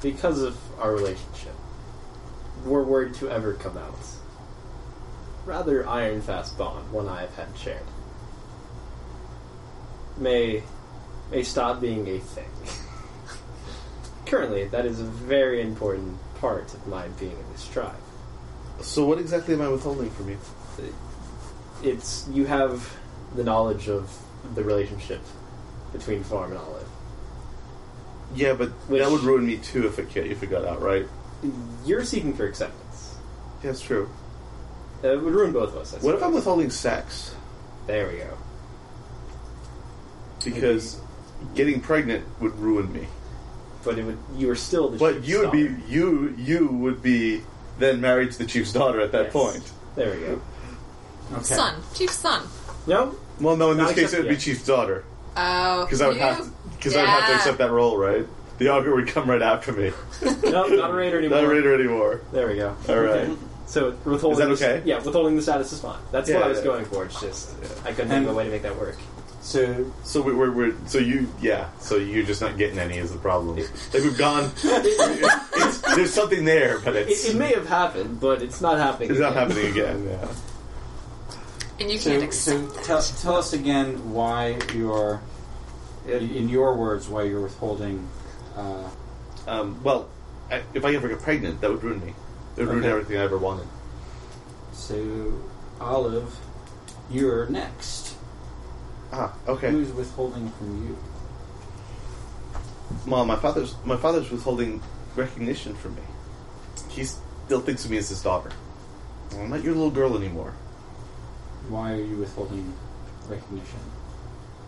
B: because of our relationship, were word to ever come out, rather iron fast bond, one I have had shared, may may stop being a thing. Currently, that is a very important part of my being in this tribe.
A: So what exactly am I withholding from you?
B: It's you have the knowledge of the relationship between farm and olive.
A: Yeah, but
B: Which-
A: that would ruin me too if it ca- if it got out, right?
B: You're seeking for acceptance.
A: Yeah, it's true.
B: Uh, It would ruin both of us. I
A: What if I'm
B: suppose.
A: withholding sex?
B: There we go.
A: Because getting pregnant would ruin me.
B: But it would, you were still the
A: But
B: chief's
A: you would be
B: daughter.
A: you you would be then married to the chief's daughter at that
B: Yes.
A: point.
B: There we go.
C: Okay.
D: Son, chief son.
B: No,
A: Well, no, in this
B: Not
A: case it would be
B: accepted
A: chief's daughter
D: Oh,
A: because I would
D: you-
A: have because I would have to
D: Yeah.
A: accept that role, right? The augur would come right after me.
B: no, not a raider anymore.
A: Not a raider anymore.
B: There we go.
A: All right.
B: So withholding.
A: Is that
B: the-
A: okay?
B: yeah, withholding the status is fine. That's what
A: Yeah,
B: I was
A: yeah.
B: going for. It's just I couldn't
C: And-
B: think of a way to make that work.
C: So
A: So we, we're, we're so you yeah. So you're just not getting any is the problem. Like we've gone. it's, there's something there, but it's
B: It, it may have happened, but it's not happening.
A: it's not
B: again.
A: happening again. Yeah.
D: and you can't
C: So,
D: accept
C: so tell, tell us again why you are, in in your words, why you're withholding. Uh,
A: Um, well, I, if I ever get pregnant, that would ruin me. It would ruin
C: Okay.
A: everything I ever wanted.
C: so, Olive, you're next.
A: Ah, okay.
C: Who's withholding from you?
A: Mom, my father's my father's withholding recognition from me. He still thinks of me as his daughter. I'm not your little girl anymore.
C: Why are you withholding recognition?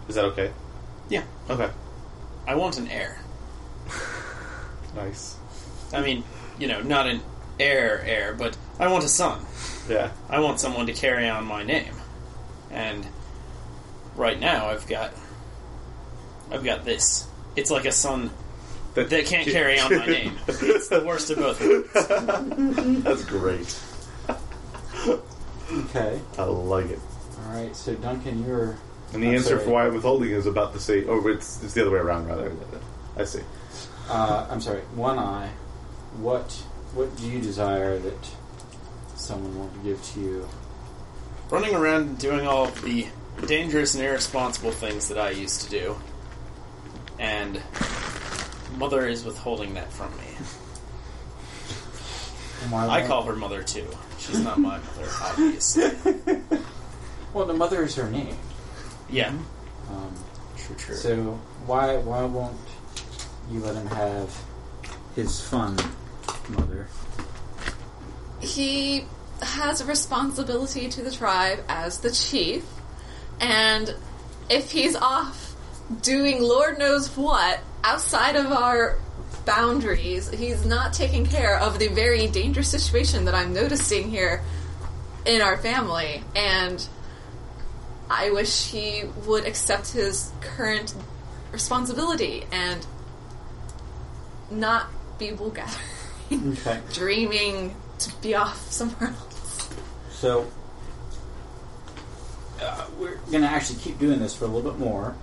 A: Is that okay?
G: Yeah,
A: Okay.
G: I want an heir.
A: Nice.
G: I mean, you know, not an heir heir, but I want a son.
A: Yeah.
G: I want someone to carry on my name. And right now I've got I've got this. It's like a son that can't carry on my name. It's the worst of both worlds.
A: That's great.
C: Okay.
A: I like it.
C: All right. So, Duncan, you're.
A: And the
C: I'm
A: answer
C: sorry.
A: for why I'm withholding is about the same. Oh, it's, it's the other way around, rather. I see.
C: Uh, I'm sorry. One eye. What What do you desire that someone want to give to you?
G: running around and doing all of the dangerous and irresponsible things that I used to do, and mother is withholding that from me.
C: Why
G: I
C: would
G: call her mother too. She's not my mother, obviously.
C: Well, the mother is her name.
G: Yeah.
C: Um,
G: True, true.
C: so why why won't you let him have his fun, mother?
D: he has a responsibility to the tribe as the chief, and if he's off doing Lord knows what outside of our boundaries, he's not taking care of the very dangerous situation that I'm noticing here in our family, and I wish he would accept his current responsibility and not be Bulgar.
C: Okay.
D: dreaming to be off somewhere else.
C: So uh, we're gonna actually keep doing this for a little bit more.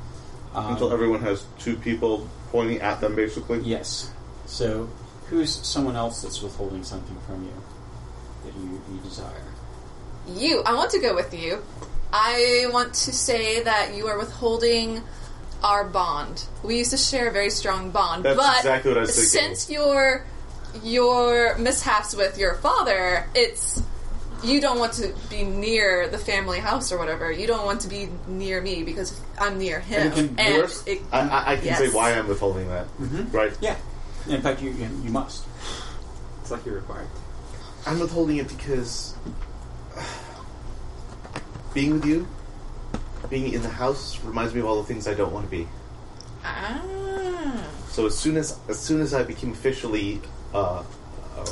C: Um,
A: Until everyone has two people pointing at them, basically.
C: yes. So who's someone else that's withholding something from you that you, you desire?
D: You, I want to go with you. I want to say that you are withholding our bond. We used to share a very strong bond,
A: That's
D: but
A: exactly what I was thinking.
D: since your your mishaps with your father, it's you don't want to be near the family house or whatever. You don't want to be near me because I'm near him,
A: And it can-
D: and
A: worse,
D: it-
A: I, I, I can
D: yes.
A: say why I'm withholding that, right?
C: Mm-hmm. Yeah. In fact, you you, you must.
B: It's like you're required.
A: I'm withholding it because being with you, being in the house, reminds me of all the things I don't want to be.
D: Ah.
A: So as soon as as soon as I became officially uh,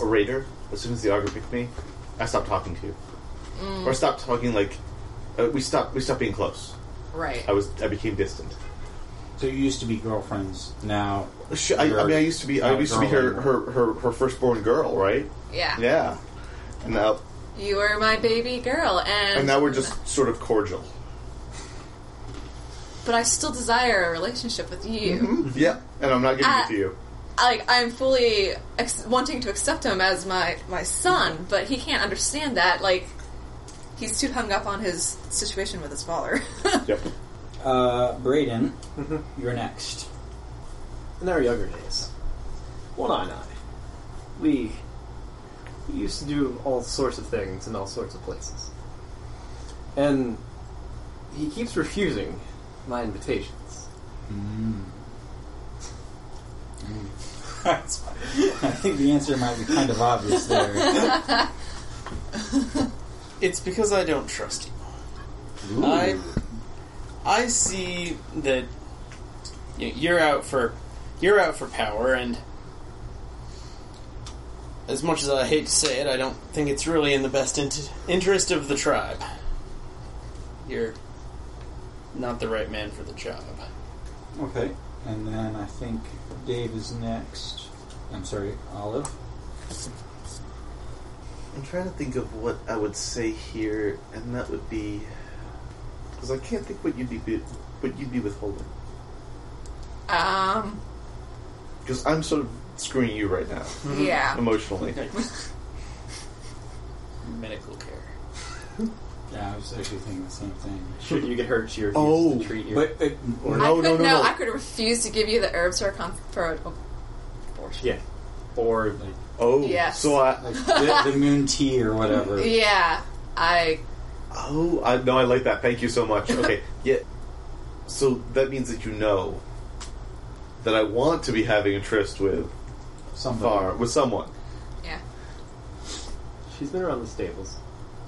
A: a raider, as soon as the auger picked me, I stopped talking to you, or stopped talking. Like uh, we stopped we stopped being close.
D: right.
A: I was I became distant.
C: So you used to be girlfriends. Now,
A: Sh I, I
C: You're
A: mean, I used to be I
C: not a
A: used to be
C: girl
A: her,
C: anymore.
A: her her her firstborn girl, right?
D: Yeah.
A: Yeah. And now
D: you were my baby girl, and
A: and now we're just sort of cordial.
D: but I still desire a relationship with you.
A: Yeah. And I'm not giving
D: Ah.
A: it to you.
D: Like I'm fully ex- wanting to accept him as my my son, but he can't understand that. Like he's too hung up on his situation with his father.
A: Yep.
C: uh, Braden,
B: Mhm.
C: you're next.
B: In our younger days, well, not I, we we used to do all sorts of things in all sorts of places, and he keeps refusing my invitations.
C: I think the answer might be kind of obvious there.
G: It's because I don't trust you.
C: Ooh.
G: I I see that you know, you're out for you're out for power, and as much as I hate to say it, I don't think it's really in the best int- interest of the tribe. You're not the right man for the job.
C: Okay. And then I think Dave is next. I'm sorry, Olive.
A: I'm trying to think of what I would say here, and that would be because I can't think what you'd be what you'd be withholding
D: um,
A: because I'm sort of screwing you right now
D: yeah,
A: emotionally.
G: Medical care.
C: Yeah, I was actually thinking the same thing.
B: Should you get hurt, she refuses
A: Oh,
B: to treat you.
C: But it,
A: Or-
D: I
A: No,
D: could,
A: no, Uh, no, no.
D: I could refuse to give you the herbs for a con- for an abortion.
B: yeah, or like,
A: Oh,
D: Yes.
A: So I
C: like the, the moon tea or whatever.
D: Yeah, I
A: oh I no I like that. Thank you so much. Okay, yeah. So that means that you know that I want to be having a tryst with
C: Something.
A: far with someone.
D: yeah.
B: she's been around the stables.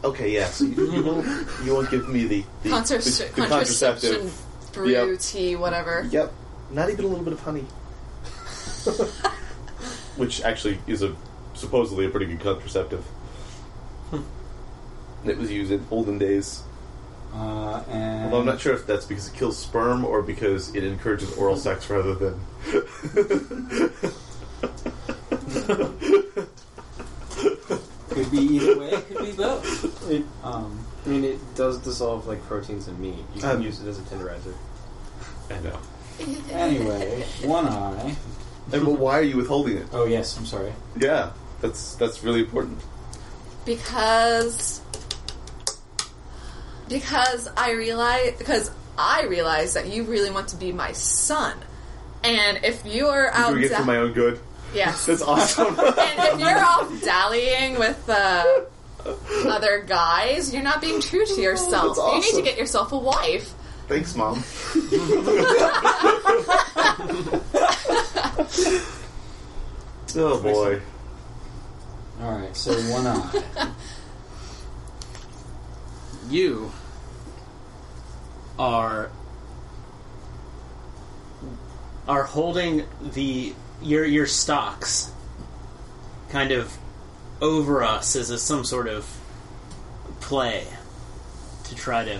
A: Okay, yeah. So you, you won't you won't give me the the,
D: Contra-
A: the- the
D: contraception,
A: contraceptive.
D: brew,
A: Yep.
D: tea, whatever.
A: Yep. Not even a little bit of honey. Which actually is a supposedly a pretty good contraceptive. It was used in olden days.
C: Uh, and
A: Although I'm not sure if that's because it kills sperm or because it encourages oral sex rather than.
C: Could be either way. It could be both.
B: It,
C: Um,
B: I mean, it does dissolve like proteins in meat. You can
A: Um,
B: use it as a tenderizer.
A: I know.
C: anyway, one eye.
A: And well, why are you withholding it?
C: Oh yes, I'm sorry.
A: Yeah, that's that's really important.
D: because because I realize because I realize that you really want to be my son, And if you are out,
A: Doing it for
D: da-
A: my own good.
D: yes.
A: That's awesome.
D: and if you're off dallying with uh, other guys, you're not being true to yourself.
A: That's
D: You need to
A: awesome.
D: get yourself a wife.
A: Thanks, mom. oh boy.
C: Alright, so one eye.
G: You are are holding the your your stocks kind of over us as a, some sort of play to try to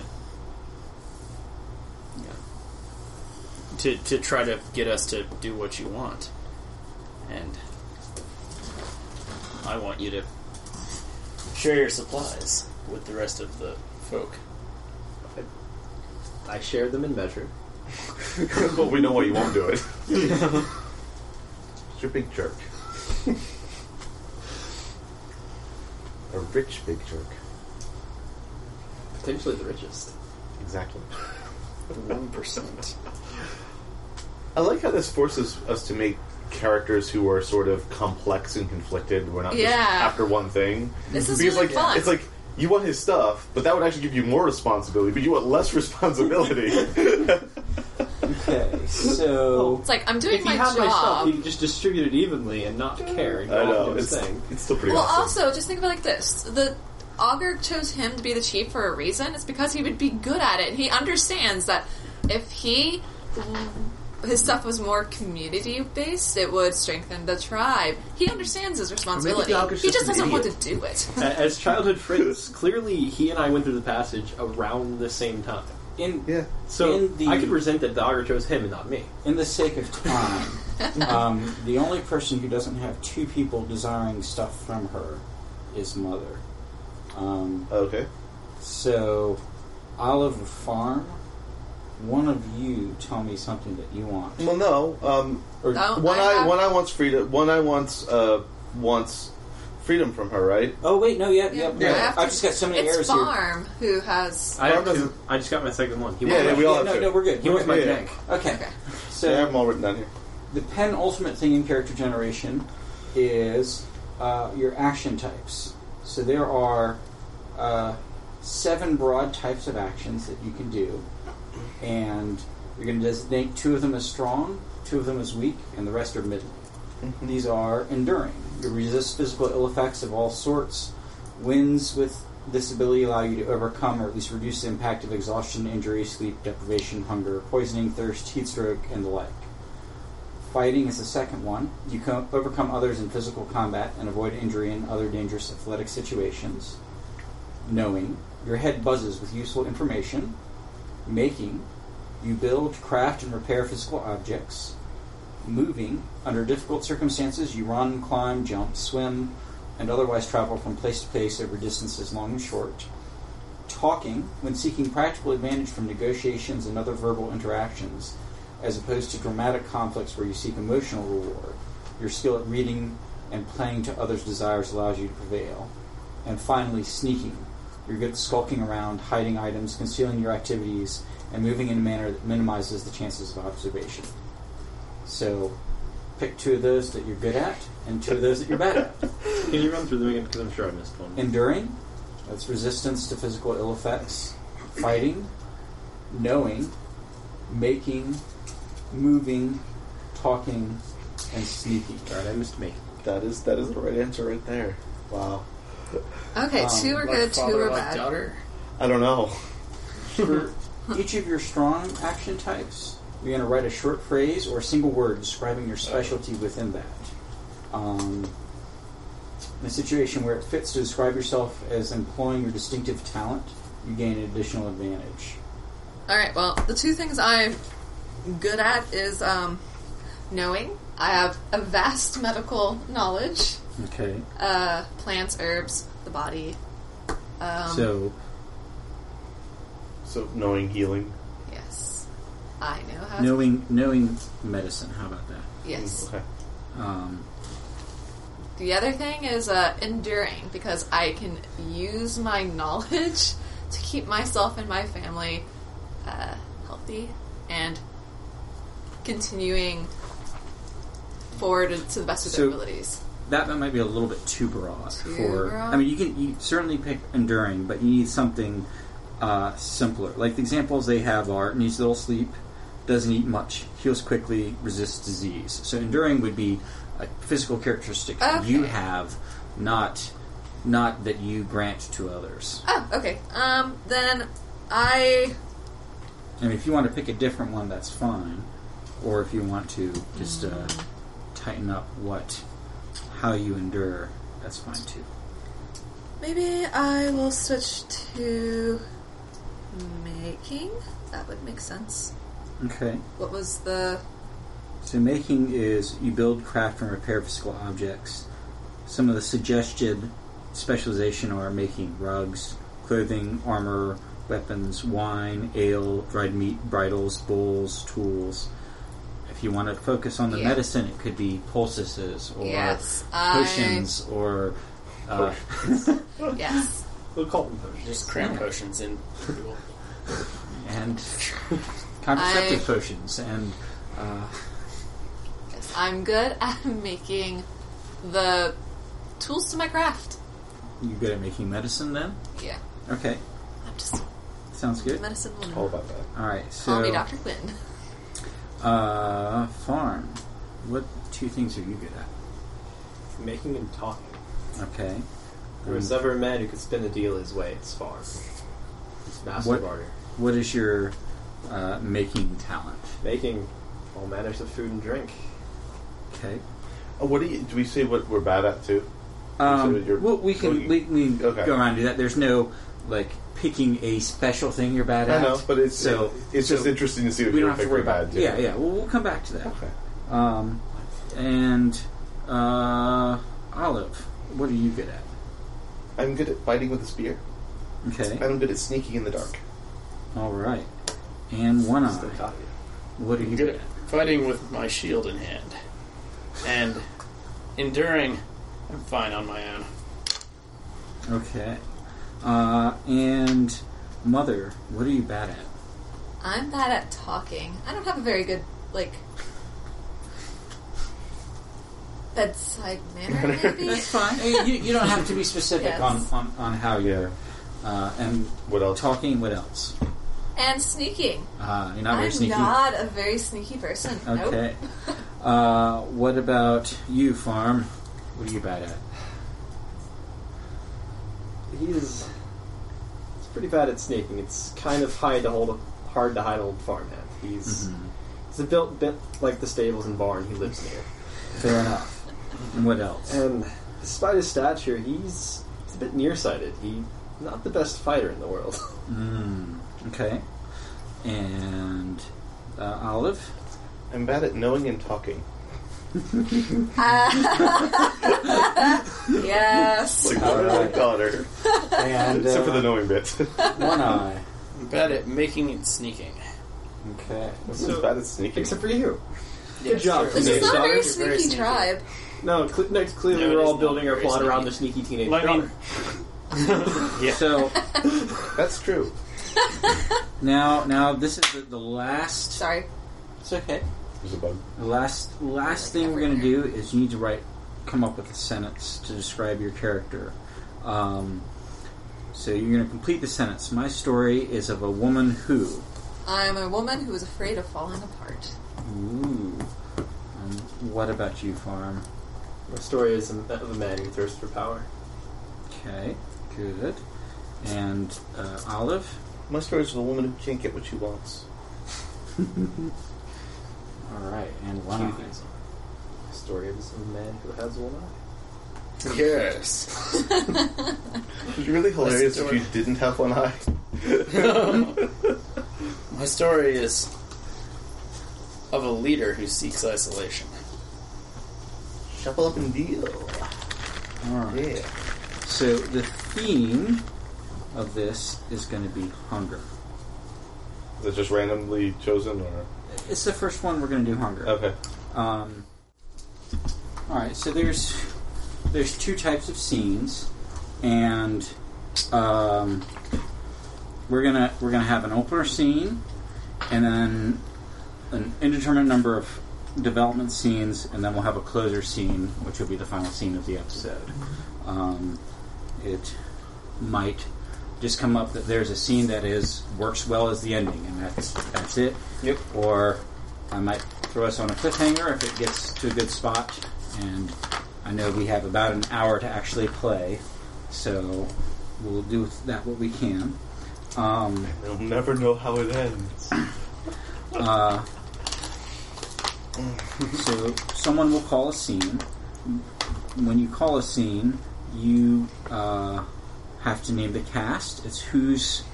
G: to to try to get us to do what you want and I want you to share your supplies with the rest of the folk.
B: I shared them in measure.
A: well, we know why you won't do it. You're a big jerk. a rich big jerk.
B: Potentially the richest.
A: Exactly.
G: One percent.
A: I like how this forces us to make characters who are sort of complex and conflicted. We're not
D: Yeah.
A: just after one thing.
D: This is
A: because
D: really
A: like
D: fun.
A: it's like you want his stuff, but that would actually give you more responsibility, but you want less responsibility.
C: Okay, so
D: It's like I'm doing
B: If you
D: my
B: have
D: job. Mm.
B: my stuff, you can just distribute it evenly and not care. And
A: I know.
B: do
A: It's,
B: its thing.
A: it's still pretty
D: well,
A: awesome.
D: also just think of it like this: the augur chose him to be the chief for a reason. It's because he would be good at it, and he understands that if he his stuff was more community based, it would strengthen the tribe. He understands his responsibility.
F: Augur's
D: He
F: just
D: just
F: an
D: doesn't want to
F: idiot.
D: do it.
B: A- As childhood friends, clearly he and I went through the passage around the same time.
C: in
A: yeah.
B: So
C: In the-
B: I could resent that the auger chose him and not me.
C: in the sake of time, um, the only person who doesn't have two people desiring stuff from her is mother. Um,
A: Okay.
C: so, Oliver Farm, one of you tell me something that you want.
A: Well, no. Um,
C: Or,
D: Don't-
A: one
D: Oh, I
A: eye,
D: have-
A: one eye wants freedom. One eye wants uh, wants freedom from her, right?
C: Oh wait, no, yeah,
D: Yeah,
C: yeah.
D: I have to-
C: I've just got so many
D: It's
C: errors here.
D: farm who has.
B: I,
A: Barb
B: have
A: doesn't-
B: two. I just got my second one. He
A: Yeah,
B: went
A: yeah, we all have
C: no,
A: to.
C: no, we're good.
B: He was my
A: Yeah.
B: tank.
C: Okay,
D: Okay.
C: so
A: So I have them all written down here.
C: the penultimate thing in character generation is uh, your action types. So there are uh, seven broad types of actions that you can do, and you're going to designate two of them as strong, two of them as weak, and the rest are middle. These are enduring. You resist physical ill effects of all sorts. Wins with this ability allow you to overcome or at least reduce the impact of exhaustion, injury, sleep, deprivation, hunger, poisoning, thirst, heat stroke, and the like. Fighting is the second one. You co- overcome others in physical combat and avoid injury in other dangerous athletic situations. Knowing. Your head buzzes with useful information. Making. You build, craft, and repair physical objects. Moving. Under difficult circumstances, you run, climb, jump, swim, and otherwise travel from place to place over distances long and short. Talking. When seeking practical advantage from negotiations and other verbal interactions, as opposed to dramatic conflicts where you seek emotional reward. Your skill at reading and playing to others' desires allows you to prevail. And finally, sneaking. You're good at skulking around, hiding items, concealing your activities, and moving in a manner that minimizes the chances of observation. So, pick two of those that you're good at, and two of those that you're bad at.
B: Can you run through them again? Because I'm sure I missed one.
C: Enduring, that's resistance to physical ill effects. Fighting, knowing, making, moving, talking, and sneaking.
B: all right, I missed me.
A: That is that is the right answer right there. Wow.
D: Okay,
C: Um,
D: two are
G: Like
D: good, two
G: father,
D: are
G: like
D: bad.
G: daughter.
A: I don't know.
C: For each of your strong action types, you're going to write a short phrase or a single word describing your specialty within that. Um, in a situation where it fits to describe yourself as employing your distinctive talent, you gain an additional advantage.
D: All right. Well, the two things I'm good at is um, knowing. I have a vast medical knowledge.
C: Okay.
D: Uh, plants, herbs, the body. Um,
C: so
A: So knowing healing.
D: yes, I know how. to-
C: knowing knowing medicine, how about that?
D: Yes.
A: Okay.
C: Um,
D: The other thing is uh, enduring because I can use my knowledge to keep myself and my family uh, healthy and continuing forward to the best of
C: So-
D: their abilities.
C: That one might be a little bit too broad
D: Too
C: for.
D: broad?
C: I mean, you can you certainly pick enduring, but you need something uh, simpler. Like the examples they have are needs little sleep, doesn't eat much, heals quickly, resists disease. So enduring would be a physical characteristic that you
D: Okay.
C: have, not not that you grant to others.
D: Oh, okay. Um, then I
C: And if you want to pick a different one, that's fine. Or if you want to just uh,
D: Mm.
C: tighten up what how you endure, that's fine too.
D: maybe I will switch to making. That would make sense.
C: Okay.
D: What was the
C: So making is you build, craft, and repair physical objects. Some of the suggested specialization are making rugs, clothing, armor, weapons, wine, ale, dried meat, bridles, bowls, tools. If you want to focus on the
D: Yeah.
C: medicine, it could be poultices or
D: yes?
C: uh, potions or uh,
D: I yes.
F: We'll call them potions.
G: Just cram potions in.
C: and contraceptive potions and uh,
D: yes. I'm good at making the tools to my craft.
C: you good at making medicine then?
D: Yeah,
C: Okay,
D: I'm just
C: sounds
D: a
C: good.
D: medicine woman.
A: All about that.
C: All right, so
D: Call me Doctor Quinn.
C: Uh, farm. What two things are you good at?
B: Making and talking.
C: Okay.
B: There was
A: Mm.
C: Um,
B: never a man who could spin a deal his way. It's far. It's master
C: What-
B: of art.
C: what is your uh, making talent?
B: Making all manners of food and drink.
C: Okay.
A: Oh, what do you? Do we say what we're bad at too?
C: Um,
A: So you're-
C: well, we
A: well,
C: can
A: you-
C: we, we can
A: okay.
C: go around and do that. There's no like picking a special thing you're bad at.
A: I know, but it's
C: so
A: it's just
C: so
A: interesting to see what
C: we
A: you
C: don't have to
A: pick
C: worry
A: we're bad
C: about.
A: at.
C: It. Yeah, yeah. Well, we'll come back to that.
A: Okay.
C: Um, and uh, Olive, what are you good at?
A: I'm good at fighting with a spear.
C: Okay.
A: I'm good at sneaking in the dark.
C: All right. And one
B: Still
C: eye.
B: copy.
C: What are you
G: Good
C: good
G: at fighting with my shield in hand. And enduring, I'm fine on my own.
C: at? Okay. Uh, and mother, what are you bad at?
D: I'm bad at talking. I don't have a very good like bedside manner. Maybe
C: That's fine. Uh, you, you don't have to be specific
D: Yes.
C: on, on, on how you're. Uh, and
A: What else?
C: talking, what else?
D: and sneaking.
C: Uh, you're not very
D: I'm
C: sneaky.
D: not a very sneaky person.
C: okay.
D: Nope.
C: Uh, what about you, Farm? What are you bad at?
B: He's, he's pretty bad at sneaking. It's kind of high to hold, hard to hide an old farmhand. He's
G: Mm-hmm.
C: Mm-hmm.
B: he's a built bit like the stables and barn he lives near.
C: Fair enough. And what else?
B: And despite his stature, he's, he's a bit nearsighted. He not the best fighter in the world.
C: Mm, okay. And uh, Olive?
A: I'm bad at knowing and talking.
D: Uh, yes.
A: Like mother, like daughter.
C: And uh,
A: Except for the knowing bit.
C: one eye.
G: I'm bad at making and sneaking.
C: Okay.
A: I'm bad at sneaking.
B: Except for you.
G: Good
B: job.
D: This
B: Yeah.
D: is not a very
B: You're
D: sneaky, tribe.
B: No, cle no clearly
G: No, it
B: we're
G: is
B: all
G: not
B: building our
G: very
B: plot
G: sneaky.
B: around the sneaky teenage
G: Well, I mean-
B: daughter.
G: Yeah.
C: So
A: That's true.
C: now, now this is the, the last.
D: Sorry.
C: It's okay.
A: There's a bug.
C: The last last thing we're going to do is you need to write, come up with a sentence to describe your character. Um, so you're going to complete the sentence. My story is of a woman who.
D: I'm a woman who is afraid of falling apart.
C: Ooh. Um, what about you, Farm?
B: My story is of a man who thirsts for power.
C: Okay, good. And uh, Olive.
A: My story is of a woman who can't get what she wants.
C: All right, and one.
G: Ah.
B: Two
C: eye.
B: things. My story is of a man who has one eye.
G: Yes.
A: It was really hilarious if you didn't have one eye.
G: My story is of a leader who seeks isolation.
A: Shuffle up and deal.
C: All right.
A: Yeah.
C: So the theme of this is going to be hunger.
A: Is it just randomly chosen or?
C: It's the first one we're going to do hunger.
A: Okay.
C: Um, all right, so there's there's two types of scenes, and um, we're gonna we're gonna have an opener scene, and then an indeterminate number of development scenes, and then we'll have a closer scene, which will be the final scene of the episode. Um, it might just come up that there's a scene that is works well as the ending, and that's that's it.
A: Yep.
C: Or I might throw us on a cliffhanger if it gets to a good spot, and I know we have about an hour to actually play, so we'll do with that what we can. Um,
A: They'll never know how it ends.
C: uh, so someone will call a scene. When you call a scene, you uh, have to name the cast. It's who's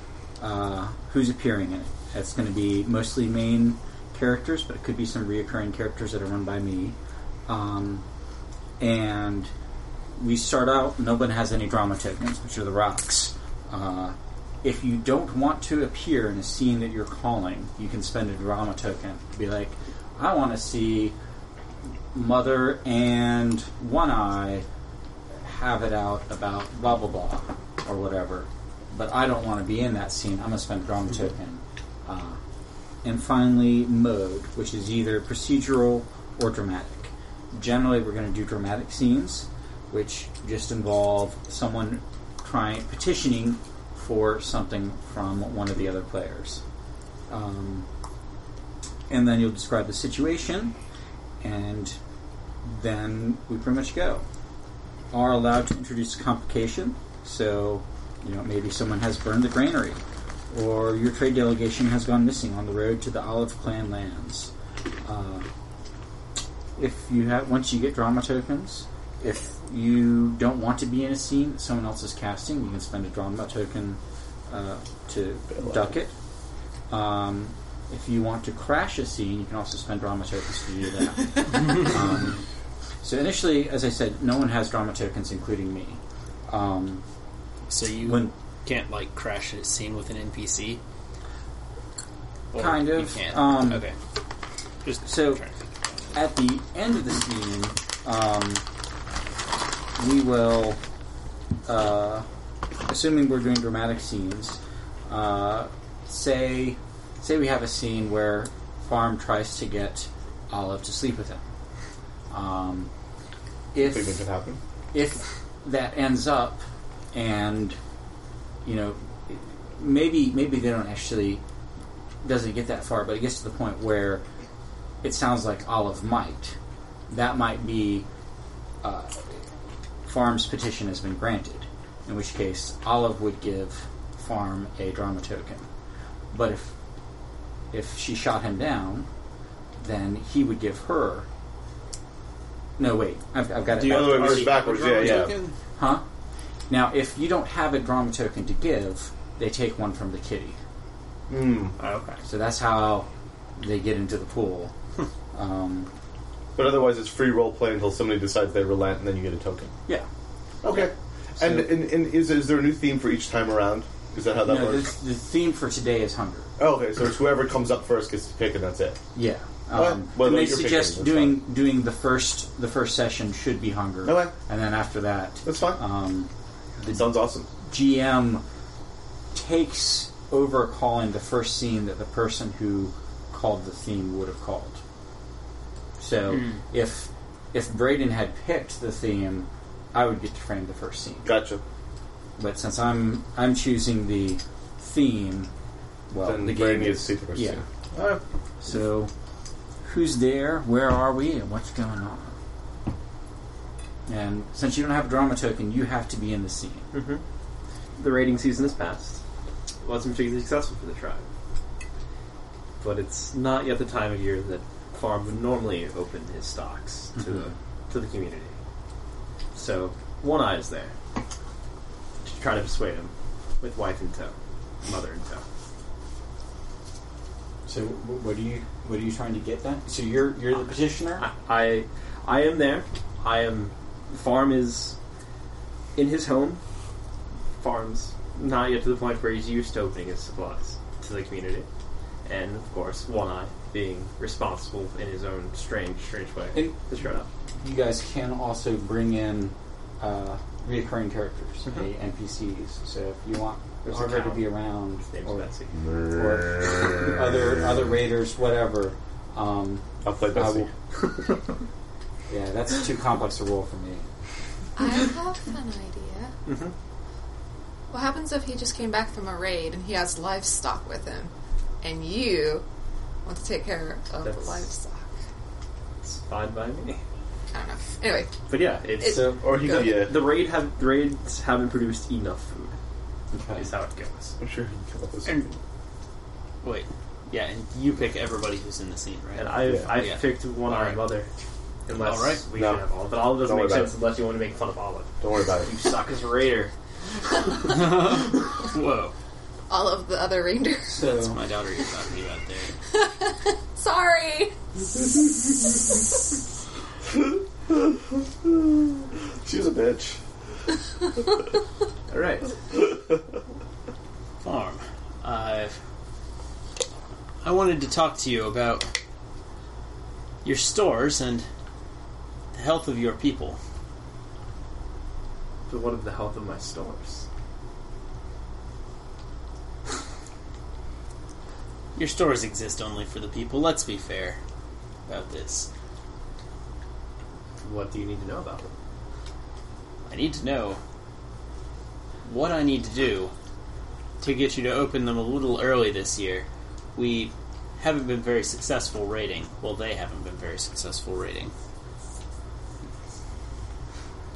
C: uh, who's appearing in it. It's going to be mostly main characters, but it could be some reoccurring characters that are run by me. Um, and we start out. No one has any drama tokens, which are the rocks. Uh, if you don't want to appear in a scene that you're calling, you can spend a drama token. Be like, I want to see Mother and One Eye have it out about blah blah blah or whatever, but I don't want to be in that scene. I'm gonna spend a drama token. Uh, and finally, mode, which is either procedural or dramatic. Generally, we're going to do dramatic scenes, which just involve someone trying petitioning for something from one of the other players. Um, and then you'll describe the situation, and then we pretty much go are allowed to introduce complication. So, you know, maybe someone has burned the granary, or your trade delegation has gone missing on the road to the Olive Clan lands. Uh, if you have, once you get drama tokens, if you don't want to be in a scene that someone else is casting, you can spend a drama token uh, to duck it. Um, if you want to crash a scene, you can also spend drama tokens to do that. um, so initially, as I said, no one has drama tokens, including me. Um,
G: So you
C: When-
G: can't like crash a scene with an NPC. Or
C: Kind
G: You
C: of,
G: can't.
C: um,
G: okay. Just
C: so-
G: trying to think.
C: at the end of the scene, um, we will, uh, assuming we're doing dramatic scenes, uh, say say we have a scene where Farm tries to get Olive to sleep with him. Um, if
A: Think it could happen?
C: if that ends up and you know maybe maybe they don't actually doesn't get that far but it gets to the point where it sounds like olive might that might be uh, farm's petition has been granted in which case olive would give farm a drama token but if if she shot him down then he would give her no wait i've, I've got it
A: The other way was backwards.
C: backwards.
A: Yeah, yeah.
B: Token?
C: Huh? Now, if you don't have a drama token to give, they take one from the kitty.
A: Mm.
G: Oh, okay.
C: So that's how they get into the pool. um,
A: But otherwise, it's free role play until somebody decides they relent, and then you get a token.
C: yeah.
A: Okay. and, and and is is there a new theme for each time around? Is that how that
C: No,
A: works?
C: this, the theme for today is hunger.
A: Oh, okay, so it's whoever comes up first gets to pick, and that's it.
C: Yeah.
A: Well,
C: Um,
A: well,
C: and they
A: you're picking,
C: suggest
A: that's
C: doing doing the first the first session should be hunger.
A: Okay.
C: And then after that,
A: That's fine.
C: um,
A: it sounds awesome.
C: GM takes over calling the first scene that the person who called the theme would have called. So if if Braden had picked the theme, I would get to frame the first scene.
A: Gotcha.
C: But since I'm I'm choosing the theme, well,
A: then
C: the game
A: Brainy is
C: is
A: super first.
C: yeah.
A: yeah. All right.
C: So who's there? Where are we? And what's going on? And since you don't have a drama token, you have to be in the scene.
B: The rating season has passed. It wasn't particularly successful for the tribe. But it's not yet the time of year that Farm would normally open his stocks to the to the community. So one eye is there to try to persuade him, with wife in tow, mother in tow.
C: So wh- what are you what are you trying to get then? So you're you're the petitioner.
B: I, I, I am there. I am. Farm is in his home. Farm's not yet to the point where he's used to opening his supplies to the community, and of course, One Eye being responsible in his own strange, strange way.
C: And-
B: to shut up.
C: You guys can also bring in uh, reoccurring characters,
B: Mhm.
C: the NPCs. So if you want
B: There's a
C: Argo to
B: count.
C: be
A: Mm.
C: around
B: His name's
C: or,
B: Betsy.
C: or other other raiders, whatever, Um,
A: I'll play
C: I
A: Bessie.
C: will- yeah, that's too complex a role for me.
D: I have an idea. What happens if he just came back from a raid and he has livestock with him, and you want to take care of the
B: That's-
D: livestock?
B: It's fine by me.
D: I don't know. Anyway,
B: But yeah, it's
D: It-
A: Or he could, yeah.
B: the raid have the raids haven't produced enough food.
C: Okay.
B: Is how it goes.
A: I'm sure he can come up with
G: And
A: something.
G: wait, yeah, and you pick everybody who's in the scene, right?
B: And I've
A: Yeah.
B: I've
G: Yeah.
B: picked one
G: All
B: on
G: right.
B: mother. Unless
G: All right.
B: we
A: No.
B: should have Olive, but Olive doesn't
A: Don't
B: make
A: worry about
B: sense unless you want to make fun of Olive.
A: Don't worry about it.
B: You suck as a raider.
G: Whoa,
D: all of the other reindeers.
C: So
G: my daughter you're talking about there.
D: Sorry.
A: She's a bitch.
B: All right.
G: Farm. Uh, I wanted to talk to you about your stores and the health of your people.
B: But what of the health of my stores?
G: Your stores exist only for the people. Let's be fair about this.
B: What do you need to know about them?
G: I need to know what I need to do to get you to open them a little early this year. We haven't been very successful rating. Well, they haven't been very successful rating.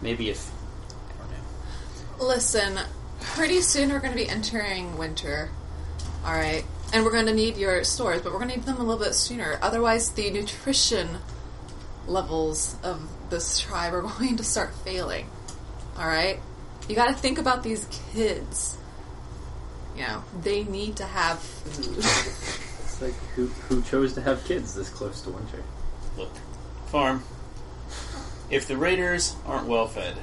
G: Maybe if I don't know.
D: Listen, pretty soon we're going to be entering winter. All right. And we're going to need your stores, but we're going to need them a little bit sooner. Otherwise, the nutrition levels of this tribe are going to start failing. All right? You got to think about these kids. You know, they need to have food.
B: It's like who who chose to have kids this close to winter?
G: Look, farm. If the raiders aren't well fed,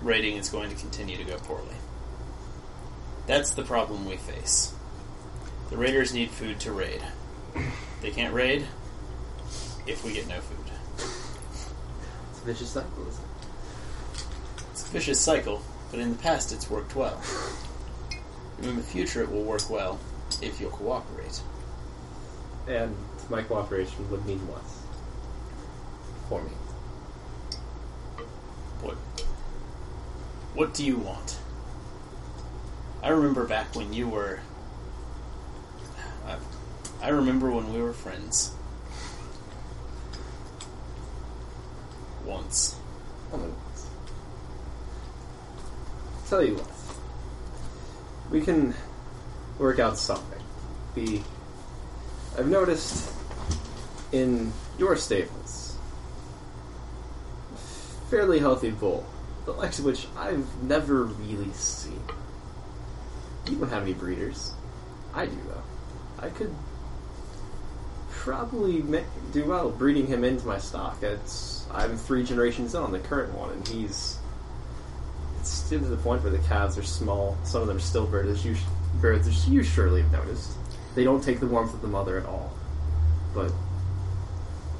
G: rating is going to continue to go poorly. That's the problem we face. The raiders need food to raid. They can't raid if we get no food.
B: It's a vicious cycle. Isn't it?
G: It's a vicious cycle, but in the past it's worked well. And in the future it will work well if you'll cooperate.
B: And my cooperation would mean what? For me.
G: What What do you want? I remember back when you were I, I remember when we were friends. Once.
B: I'm gonna tell you what. We can work out something. The I've noticed in your stables a fairly healthy bull, the likes of which I've never really seen. You don't have any breeders. I do though. I could probably ma- do well breeding him into my stock. It's I'm three generations in on the current one, and he's it's still to the point where the calves are small. Some of them are still birds, as you birds as you surely have noticed. They don't take the warmth of the mother at all. But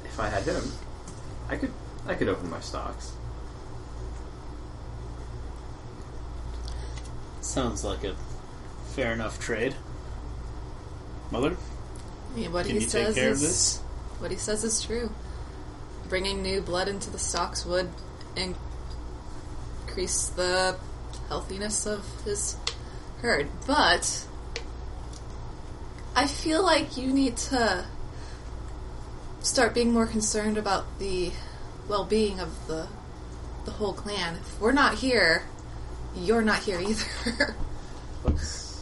B: if I had him, I could I could open my stocks.
G: Sounds like a fair enough trade. Mother,
D: I mean, what
G: can
D: he
G: you
D: says
G: take care of
D: is
G: this?
D: what he says is true. Bringing new blood into the stocks would increase the healthiness of his herd, but I feel like you need to start being more concerned about the well-being of the the whole clan. If we're not here, you're not here either.
B: What's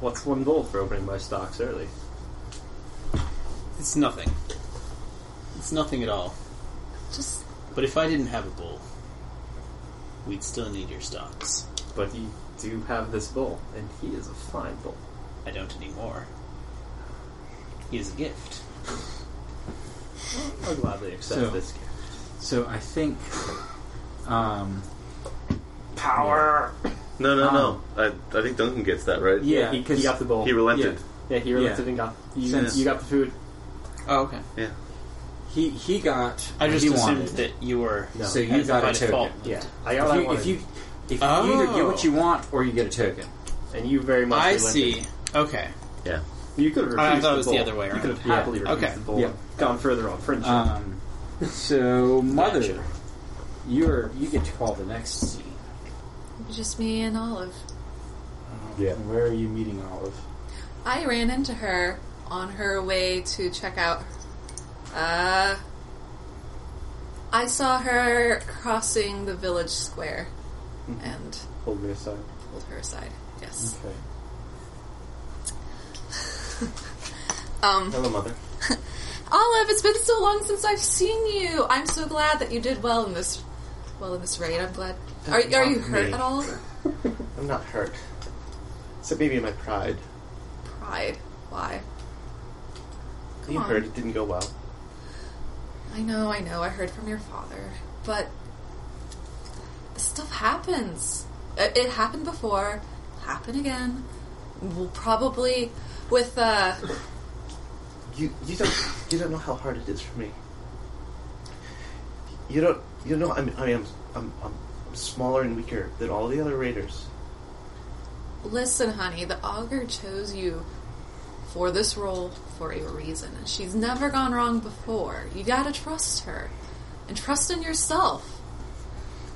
B: what's one goal for opening my stocks early?
G: It's nothing. It's nothing at all.
D: Just
G: But if I didn't have a bull, we'd still need your stocks.
B: But you do have this bull, and he is a fine bull.
G: I don't anymore. He is a gift.
B: I'll gladly accept
C: So-
B: this gift.
C: so I think um,
B: Power.
A: No, no,
C: Um,
A: no. I, I think Duncan gets that right.
C: yeah,
B: he,
C: because
B: he got the bowl.
A: He relented.
B: yeah, he relented
C: Yeah.
B: and got you,
C: Since-
B: you got the food.
G: Oh, okay.
A: Yeah.
C: he he got
G: I just
C: he
G: assumed
C: wanted.
G: that you were.
B: No.
C: So you
G: as
C: got
G: by
C: a token.
G: default.
B: Yeah, I got
C: If
B: what I
C: you,
B: wanted.
C: if you if you
G: Oh.
C: either get what you want or you get a token.
B: and you very much.
G: I
B: relented.
G: see. Okay.
A: Yeah.
F: You could have refused
G: I thought it was
F: the,
G: the
F: bowl.
G: other way
F: You could have
G: around.
F: happily
G: Yeah.
F: refused
G: Okay.
F: the bowl.
C: Yeah.
F: Gone further on friendship.
C: Um, so mother,
B: Gotcha.
C: you're you get to call the next scene.
D: Just me and Olive.
A: Yeah.
C: And where are you meeting Olive?
D: I ran into her on her way to check out. Uh, I saw her crossing the village square and
F: Hold me aside.
D: pulled her aside. Yes.
C: Okay.
D: Um,
A: Hello, mother.
D: Olive, it's been so long since I've seen you. I'm so glad that you did well in this, well in this raid. I'm glad. Are, are you hurt
A: me.
D: at all?
A: I'm not hurt. It's a baby in my pride.
D: Pride. Why? Come
A: you
D: on.
A: heard it didn't go well.
D: I know, I know. I heard from your father, but this stuff happens. It, it happened before. Happen again. We'll probably with uh.
A: You you don't you don't know how hard it is for me. You don't you know I'm I mean, I'm, I'm I'm I'm smaller and weaker than all the other raiders.
D: Listen, honey, the augur chose you for this role for a reason, and she's never gone wrong before. You gotta trust her, and trust in yourself.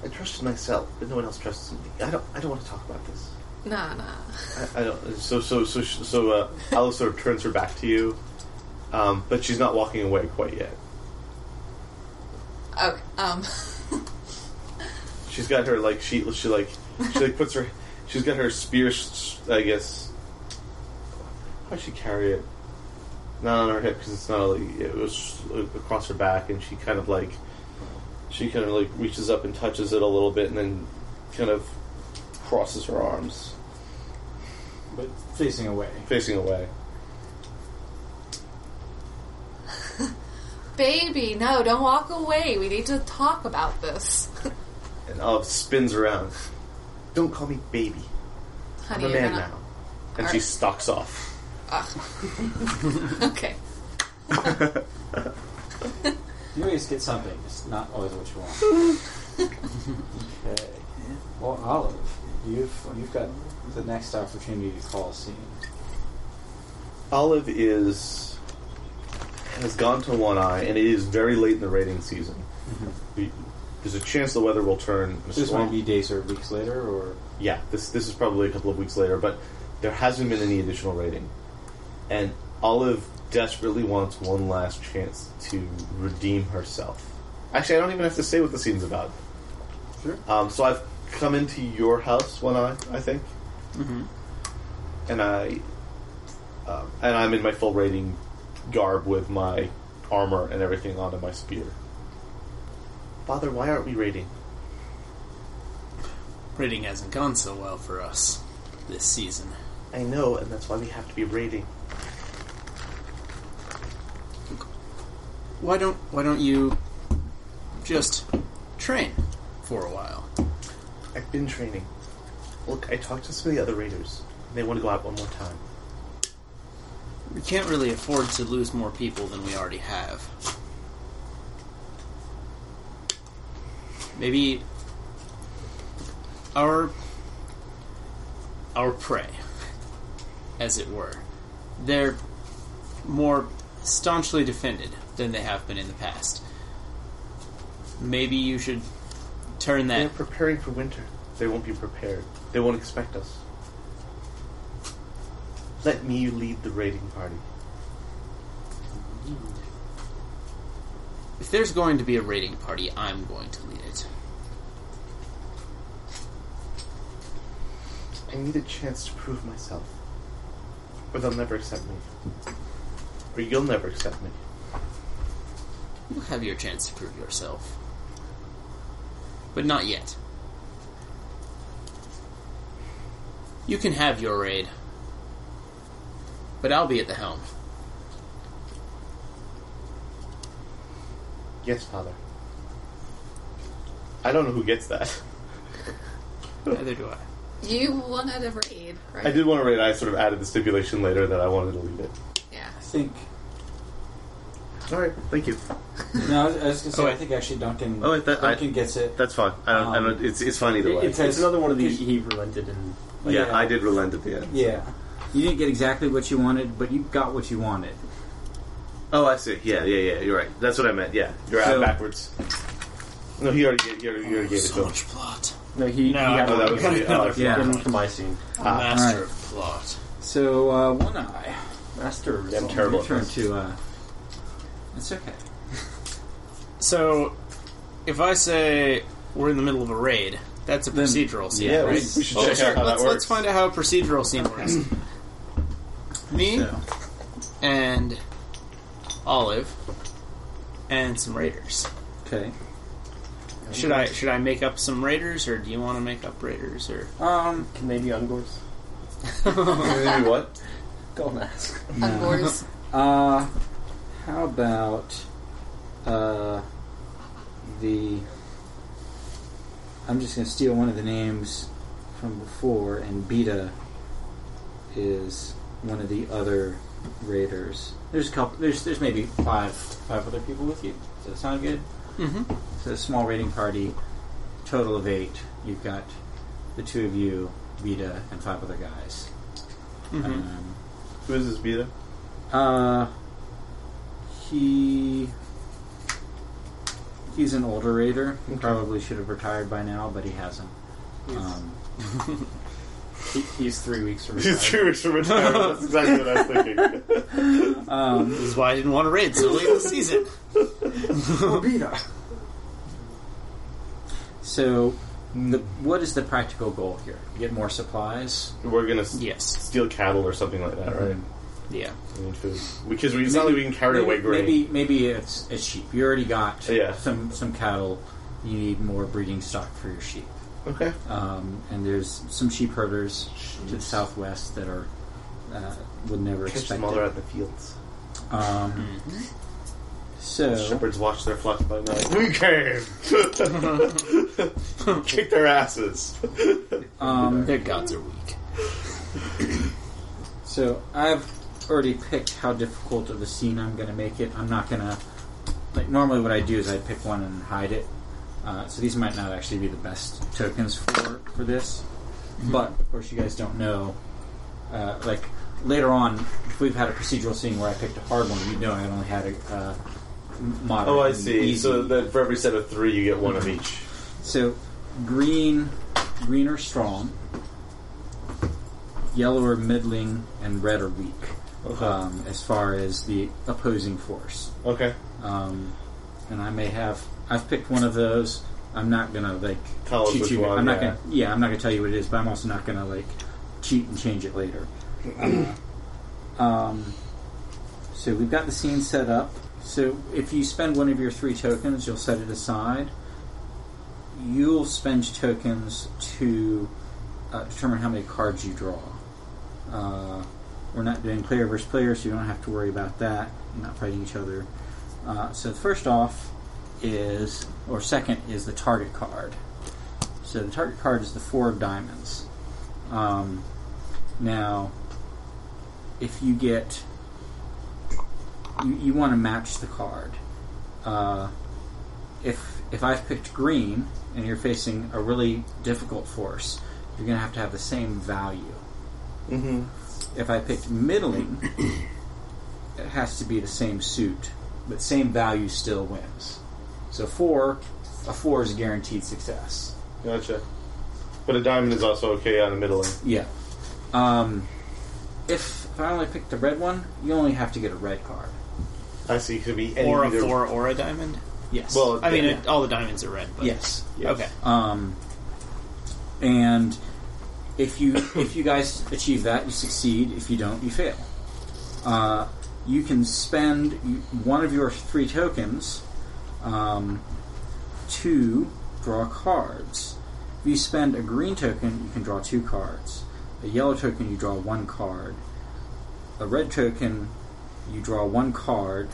A: I trusted myself, but no one else trusts me. I don't I don't want to talk about this.
D: Nah, nah.
A: I, I don't. So so so sh- so uh, Alice sort of turns her back to you, um, but she's not walking away quite yet.
D: Okay. Um.
A: She's got her like she she like she like puts her she's got her spear s- I guess how does she carry it not on her hip because it's not like it was across her back and she kind of like she kind of like reaches up and touches it a little bit and then kind of crosses her arms
C: But facing away.
A: facing away
D: Baby, no, don't walk away. We need to talk about this.
A: and Olive spins around don't call me baby I'm
D: Honey,
A: a
D: you're
A: man
D: gonna-
A: now and she
D: Alright.
A: stalks off
D: Ugh. Ah. okay.
C: You always get something. It's not always what you want. okay. Well, Olive, you've you've got the next opportunity to call a scene.
A: Olive is has gone to one eye, and it is very late in the rating season. We- There's a chance the weather will turn. a
C: Mm-hmm. This
A: storm-
C: might be days or weeks later, or
A: yeah, this this is probably a couple of weeks later, but there hasn't been any additional rating, and Olive desperately wants one last chance to redeem herself. Actually, I don't even have to say what the scene's about.
C: Sure.
A: Um, so I've come into your house one eye, I think,
G: Mm-hmm.
A: and I um, and I'm in my full rating garb with my armor and everything on and my spear. Father, why aren't we raiding?
G: Rating hasn't gone so well for us this season.
A: I know, and that's why we have to be raiding.
G: Why don't Why don't you just train for a while?
A: I've been training. Look, I talked to some of the other raiders. and They want to go out one more time.
G: We can't really afford to lose more people than we already have. Maybe our our prey, as it were, they're more staunchly defended than they have been in the past. Maybe you should turn
A: They're
G: that.
A: preparing for winter. They won't be prepared. They won't expect us. Let me lead the raiding party.
G: If there's going to be a raiding party, I'm going to lead it.
A: I need a chance to prove myself. Or they'll never accept me. Or you'll never accept me.
G: You'll have your chance to prove yourself. But not yet. You can have your raid. But I'll be at the helm.
A: Yes, father. I don't know who gets that.
G: Neither do I.
D: You wanted a raid, right?
A: I did want to raid. I sort of added the stipulation later that I wanted to lead it.
D: Yeah.
C: I think.
A: All right, thank you.
C: No, I was, I was gonna say.
A: Oh,
C: I
A: wait.
C: think actually Duncan.
A: Oh, wait, that- I-
C: Duncan gets it.
A: That's fine. I don't. I
C: Um,
A: don't. It's it's fine either way.
F: It- it's, it's another one of the
C: because-
F: he relented and
A: yeah, I did relent at the end.
C: Yeah. You didn't get exactly what you wanted, but you got what you wanted.
A: Oh, I see. Yeah, yeah, yeah. You're right. That's what I meant. Yeah, you're
C: So-
A: out backwards. No, he already, gave- he already, he already gave it to him.
G: plot.
C: No, he.
G: No,
C: he had
G: I
A: Oh, that was
G: Another
A: oh, okay.
C: Yeah.
B: Come to my scene.
G: A master
C: alright.
G: of plot.
C: So uh, one eye. Master.
A: I'm terrible at
C: Turn
A: this.
C: to. Uh, it's okay.
G: So, if I say we're in the middle of a raid, that's a
C: Then-
G: procedural scene,
C: yeah,
A: we,
G: right?
A: we should
G: Oh,
A: check
G: sure.
A: out how that
G: let's,
A: works.
G: let's find out how a procedural scene works. Me
C: So
G: and Olive and some raiders.
C: okay.
G: Should I should I make up some raiders, or do you want to make up raiders, or
C: Um.
B: Can they be ungors?
A: Maybe what?
B: Gold mask.
D: Of course.
C: Uh, how about uh, the? I'm just gonna steal one of the names from before, and Beta is one of the other raiders. There's a couple. There's there's maybe five five other people with you. Does that sound good?
G: Mhm.
C: It's a small raiding party, total of eight. You've got the two of you, Beta, and five other guys.
G: Mhm.
C: Um,
A: Who is this Beta?
C: uh, he he's an older raider. He Probably should have retired by now, but he hasn't. Um,
B: He, he's three weeks from
A: He's
B: retirement.
A: two weeks from retirement. That's exactly what I was thinking.
C: um,
G: This is why I didn't want to raid so late in the season.
C: so, the, what is the practical goal here? Get more supplies.
A: We're gonna s-
G: Yes.
A: steal cattle or something like that, right?
G: Yeah.
A: We need food. Because we, it's not like we can carry
C: maybe,
A: away grain.
C: Maybe maybe it's it's sheep. You already got
A: Yeah.
C: some some cattle. You need more breeding stock for your sheep.
A: Okay.
C: Um, and there's some sheep herders to the southwest that are uh, would never
A: Catch them
C: expect it.
A: while they're out in the fields.
C: Um,
A: Mm-hmm.
C: so,
A: Shepherds watch their flocks by night. We came! Kick their asses.
C: um,
G: Their gods are weak.
C: so I've already picked how difficult of a scene I'm going to make it. I'm not going to like normally what I do is I pick one and hide it. Uh, so these might not actually be the best tokens for for this,
A: Mm-hmm.
C: but of course you guys don't know. Uh, like later on, if we've had a procedural scene where I picked a hard one, you know I only had a uh, m- moderate.
A: Oh, I
C: and
A: see.
C: easy.
A: So that for every set of three, you get one of each.
C: So green, green are strong, yellow are middling, and red are weak. Um, as far as the opposing force,
A: Okay.
C: um, and I may have I've picked one of those. I'm not gonna like
A: Tell us
C: cheat
A: which
C: you.
A: one,
C: I'm not
A: yeah.
C: gonna yeah. I'm not gonna tell you what it is, but I'm also not gonna like cheat and change it later. Uh, um, so we've got the scene set up. So if you spend one of your three tokens, you'll set it aside. You'll spend tokens to uh, determine how many cards you draw. Uh, we're not doing player versus player, so you don't have to worry about that. You're not fighting each other. Uh, so first off is, or second is the target card. So the target card is the four of diamonds. Um, now, if you get, you, you want to match the card. Uh, if if I've picked green and you're facing a really difficult force, you're going to have to have the same value.
A: Mm-hmm.
C: If I picked middling, it has to be the same suit, but same value still wins. So four, a four is a guaranteed success.
A: Gotcha. But a diamond is also okay on a middling.
C: Yeah. Um, if, if I only picked the red one, you only have to get a red card.
A: I see. Could be any
G: Or a
A: either-
G: four or a diamond.
C: Yes.
A: Well,
G: I mean,
A: yeah.
G: it, all the diamonds are red. But
C: yes.
A: Yes.
G: Okay.
C: Um, and if you if you guys achieve that, you succeed. If you don't, you fail. Uh, you can spend you- one of your three tokens um, to draw cards. If you spend a green token, you can draw two cards. A yellow token, you draw one card. A red token, you draw one card.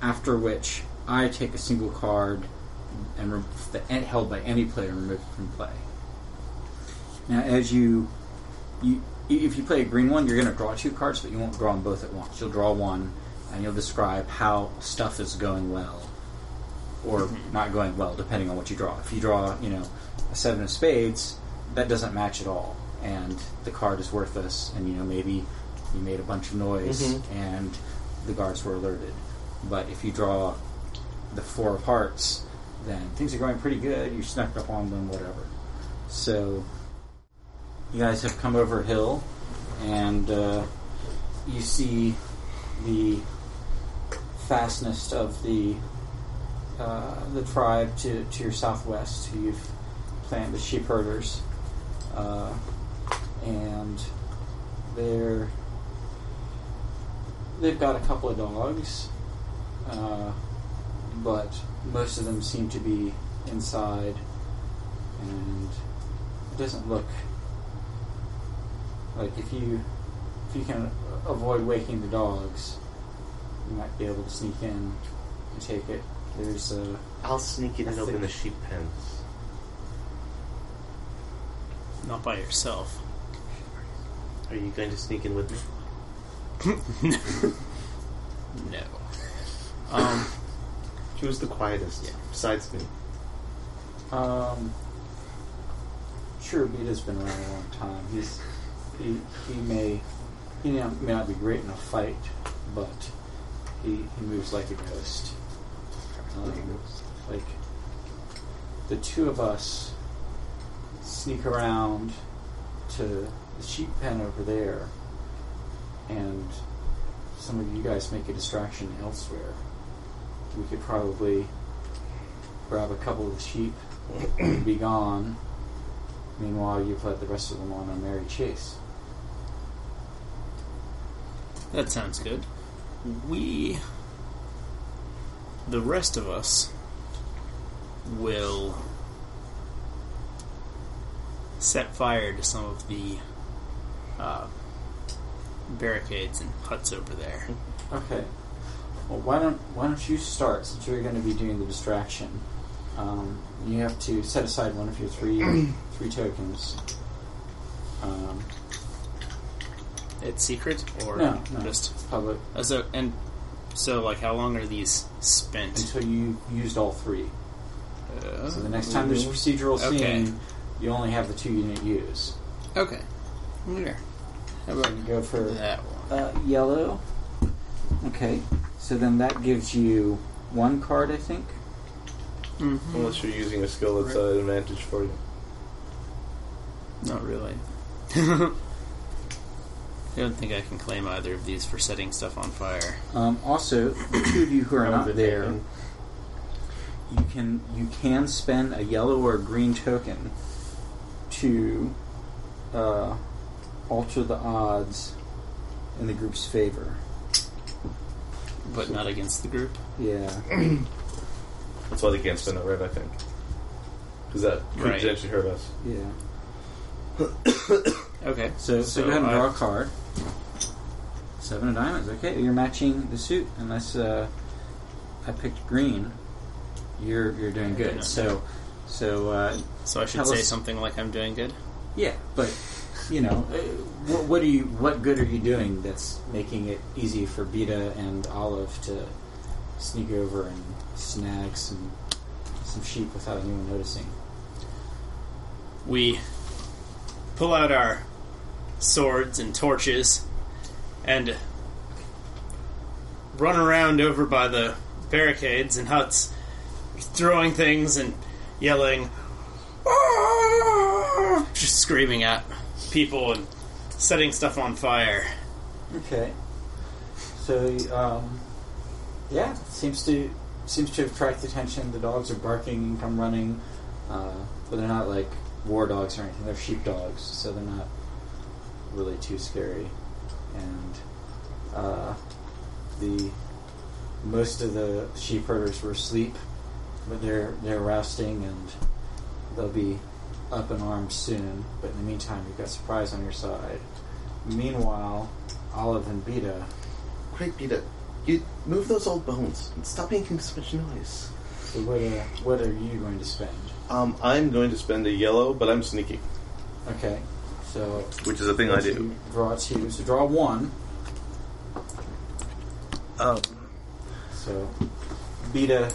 C: After which, I take a single card and re- the and held by any player removed from play. Now, as you, you if you play a green one, you're going to draw two cards, but you won't draw them both at once. You'll draw one, and you'll describe how stuff is going well or not going well, depending on what you draw. If you draw, you know, a seven of spades, that doesn't match at all. and the card is worthless, and you know maybe you made a bunch of noise and the guards were alerted. But if you draw the four of hearts, then things are going pretty good. You snuck up on them, whatever. So you guys have come over a hill, and uh, you see the fastness of the uh, the tribe to, to your southwest, who you've planted the sheep herders, uh, and they're they've got a couple of dogs, uh, but most of them seem to be inside, and it doesn't look like if you if you can avoid waking the dogs, you might be able to sneak in and take it. There's uh, a
H: I'll sneak in and
C: That's
H: open
C: the-
H: the sheep pens.
G: Not by yourself.
H: Are you going to sneak in with me?
G: No. Um,
H: He was the quietest, besides me.
C: um, Chirubita's been around a long time. He's he, he may he may not- may not be great in a fight, but he, he moves like a ghost. Um, like the two of us sneak around to the sheep pen over there, and some of you guys make a distraction elsewhere. We could probably grab a couple of the sheep and be gone. Meanwhile, you've let the rest of them on a merry chase.
G: that sounds good. We, the rest of us, will set fire to some of the uh, barricades and huts over there.
C: Okay. Well, why don't why don't you start since you're going to be doing the distraction? Um, you have to set aside one of your three three tokens. Um,
G: It's secret or
C: no, no,
G: just
C: it's public
G: Uh, so and so like how long are these spent?
C: until you used all three.
G: Uh,
C: So the next time there's a procedural scene,
G: Okay.
C: you only have the two you need to use.
G: okay. Here. How about
C: You go for
G: that one?
C: uh, yellow. Okay, so then that gives you one card, I think.
A: Unless you're using a skill that's uh, an advantage for you.
G: Not really. I don't think I can claim either of these for setting stuff on fire.
C: Um, also, the two of you who are not there, you can you can spend a yellow or a green token to uh, alter the odds in the group's favor.
G: But not against the group.
C: Yeah,
A: That's why they can't spend that red, I think. Because that could
G: Right.
A: potentially hurt us.
C: yeah.
G: Okay.
C: So, so, go ahead and
G: I-
C: draw a card. Seven of diamonds. Okay, you're matching the suit. Unless uh, I picked green, you're you're doing
G: Yeah.
C: good. So, so uh,
G: So I should
C: Tell
G: say
C: us-
G: something like I'm doing good?
C: Yeah, but you know, uh, what, what are you? What good are you doing? That's making it easy for Beta and Olive to sneak over and snag some some sheep without anyone noticing.
G: we pull out our swords and torches and run around over by the barricades and huts, throwing things and yelling, "Ah!" just screaming at people and setting stuff on fire.
C: Okay. So, um, yeah, seems to seems to have attracted attention. The dogs are barking and come running, uh, but they're not like war dogs or anything. They're sheep dogs, so they're not really too scary. And uh, the most of the sheep herders were asleep, but they're they're rousting and they'll be up in arms soon. But in the meantime, you've got surprise on your side. Meanwhile, Olive and Beta.
H: Great, Peter. You move those old bones and stop making so much noise.
C: So what, uh, what are you going to spend?
A: Um, I'm going to spend a yellow, but I'm sneaky,
C: Okay, so
A: which is a thing I
C: so
A: do.
C: you draw two. So draw one.
H: Um,
C: So Beta, uh,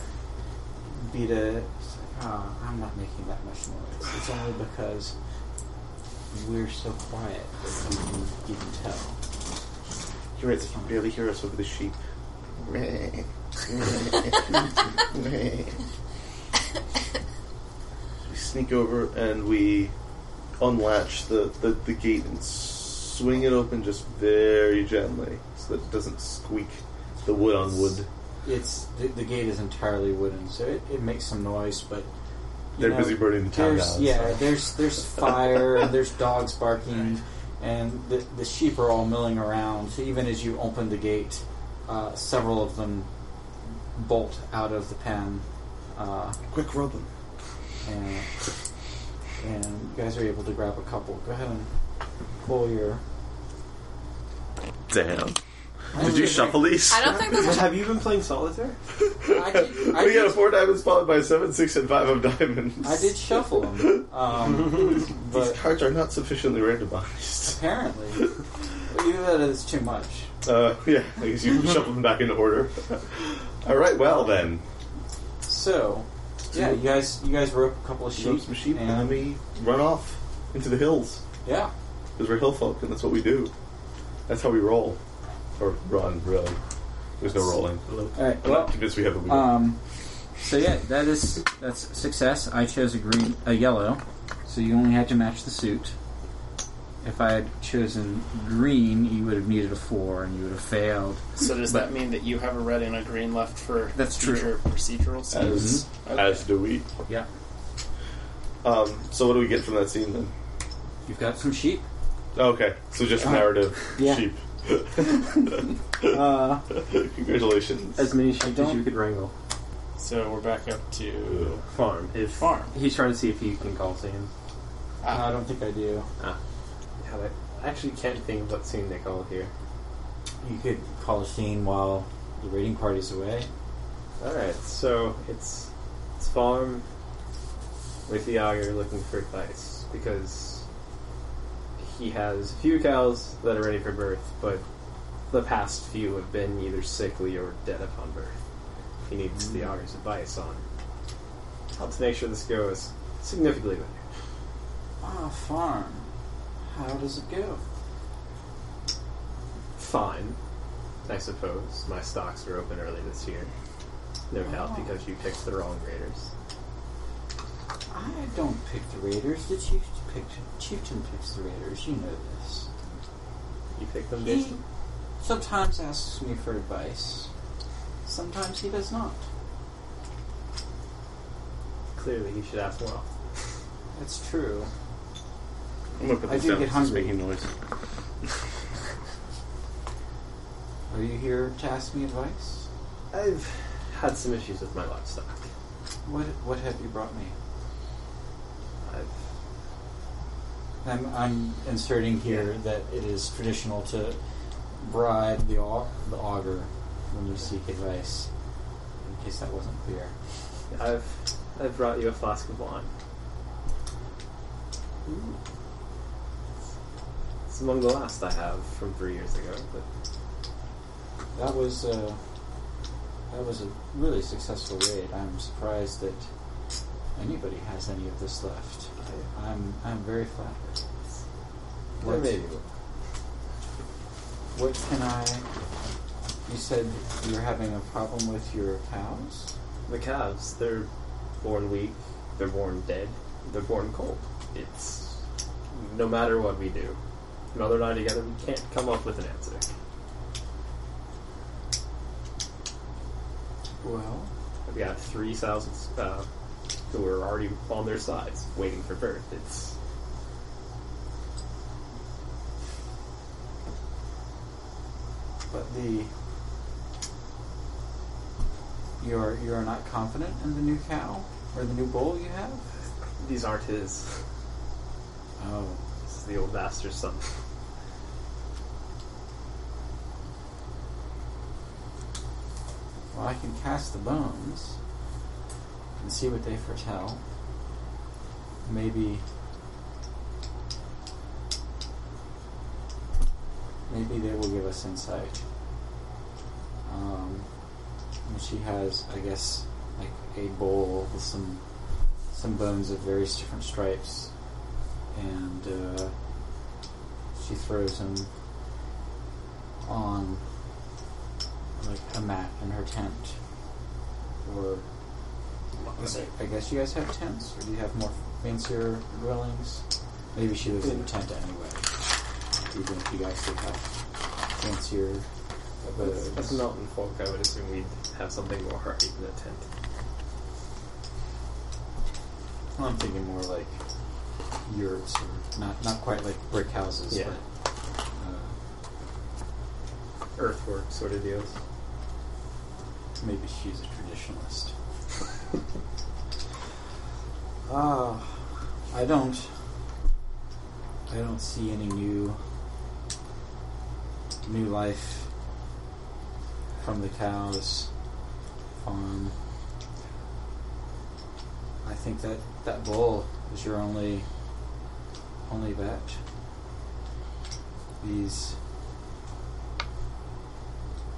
C: Beta. is like, "Ah, I'm not making that much noise. It's only because We're so quiet that you can even tell.
H: You're right, they can barely hear us over the sheep. we
A: sneak over and we unlatch the, the, the gate and swing it open just very gently so that it doesn't squeak the wood on wood.
C: It's the, the gate is entirely wooden, so it, it makes some noise, but you
A: They're busy burning the town
C: there's-
A: down.
C: Yeah, there's there's fire, and there's dogs barking, and the, the sheep are all milling around. So even as you open the gate, uh, several of them bolt out of the pen, uh,
H: Quick, rob them.
C: and, and you guys are able to grab a couple. Go ahead and pull your.
A: Damn. Did you shuffle these?
D: I don't think there's
B: Have you been playing solitaire?
C: I did, I
A: we got a
C: did,
A: four diamonds followed by a seven, six, and five of diamonds.
C: I did shuffle them, um,
A: These
C: but
A: cards are not sufficiently randomized.
C: apparently, either that is too much.
A: Uh, yeah, I guess you shuffle them back into order. All right, well then,
C: So, yeah, you guys, you guys rope a couple of sheep,
A: rope some sheep, and then we run off into the hills
C: yeah,
A: because we're hill folk, and that's what we do. That's how we roll or run, really. There's no rolling.
C: all right.
A: I'm not
C: Well,
A: convinced we have a wheel.
C: um, so yeah, that is that's success. I chose a green, a yellow, so you only had to match the suit. If I had chosen green, you would have needed a four, and you would have failed.
G: So does that mean that you have a red and a green left for
C: That's true.
G: future procedurals?
A: as
G: Okay.
A: as do we.
C: Yeah,
A: Um, so what do we get from that scene then?
C: you've got some sheep.
A: Okay, so just narrative
C: Uh, yeah.
A: sheep.
C: Uh,
A: Congratulations.
F: As many sheep as
C: don't-
F: you could wrangle.
G: So we're back up to
F: Farm. If
G: farm.
F: He's trying to see if he can call Sam.
C: I don't think I do.
B: Yeah, but I actually can't think of what scene they call here.
C: You could call a scene while the raiding party's away.
B: All right, so it's it's farm with the auger looking for advice because he has a few cows that are ready for birth, but the past few have been either sickly or dead upon birth. He needs the auger's advice on how to make sure this goes significantly better.
C: Ah, farm. How does it go?
B: Fine, I suppose. My stocks were open early this year, no doubt because you picked the wrong graders.
C: I don't pick the Raiders. The chief picked, chieftain picks the Raiders. You know this.
B: You picked them
C: He
B: based on
C: sometimes asks me for advice. Sometimes he does not.
B: Clearly, he should ask more often.
C: That's true.
A: I'm gonna put
C: I
A: this
C: do
A: down.
C: get
A: It's
C: hungry.
A: making noise.
C: Are you here to ask me advice?
B: I've had some issues with my livestock.
C: What What have you brought me?
B: I've,
C: I'm, I'm inserting here that it is traditional to bribe the au- the augur when you seek advice. In case that wasn't clear.
B: I've, I've brought you a flask of wine. It's among the last I have from three years ago, but
C: That was uh, that was a really successful raid. I'm surprised that anybody has any of this left. I, I'm I'm very flattered.
B: there may be
C: What,
B: more.
C: what can I? You said you're having a problem with your cows.
B: The calves, they're born weak, they're born dead, they're born cold. It's no matter what we do, mother and I together, we can't come up with an answer.
C: Well,
B: We have three thousands uh, who are already on their sides, waiting for birth. It's
C: but the you're you're not confident in the new cow or the new bull you have.
B: these aren't his.
C: Oh,
B: This is the old master's son.
C: well, I can cast the bones and see what they foretell. Maybe. Maybe they will give us insight. Um, and she has, I guess, like a bowl with some some bones of various different stripes, and uh, she throws him on like a mat in her tent. Or I guess you guys have tents, or do you have more fancier dwellings? Maybe she lives in a tent anyway. Even if you guys did have fancier
B: Uh,
C: abodes.
B: That's mountain folk. I would assume we'd have something more hardy than a tent.
C: I'm thinking more like yurts, or not not quite like brick houses,
B: Yeah.
C: but uh,
B: Earthwork sort of deals.
C: maybe she's a traditionalist. Ah, I don't. I don't see any new new life from the cows farm. I think that that bull is your only only bet. These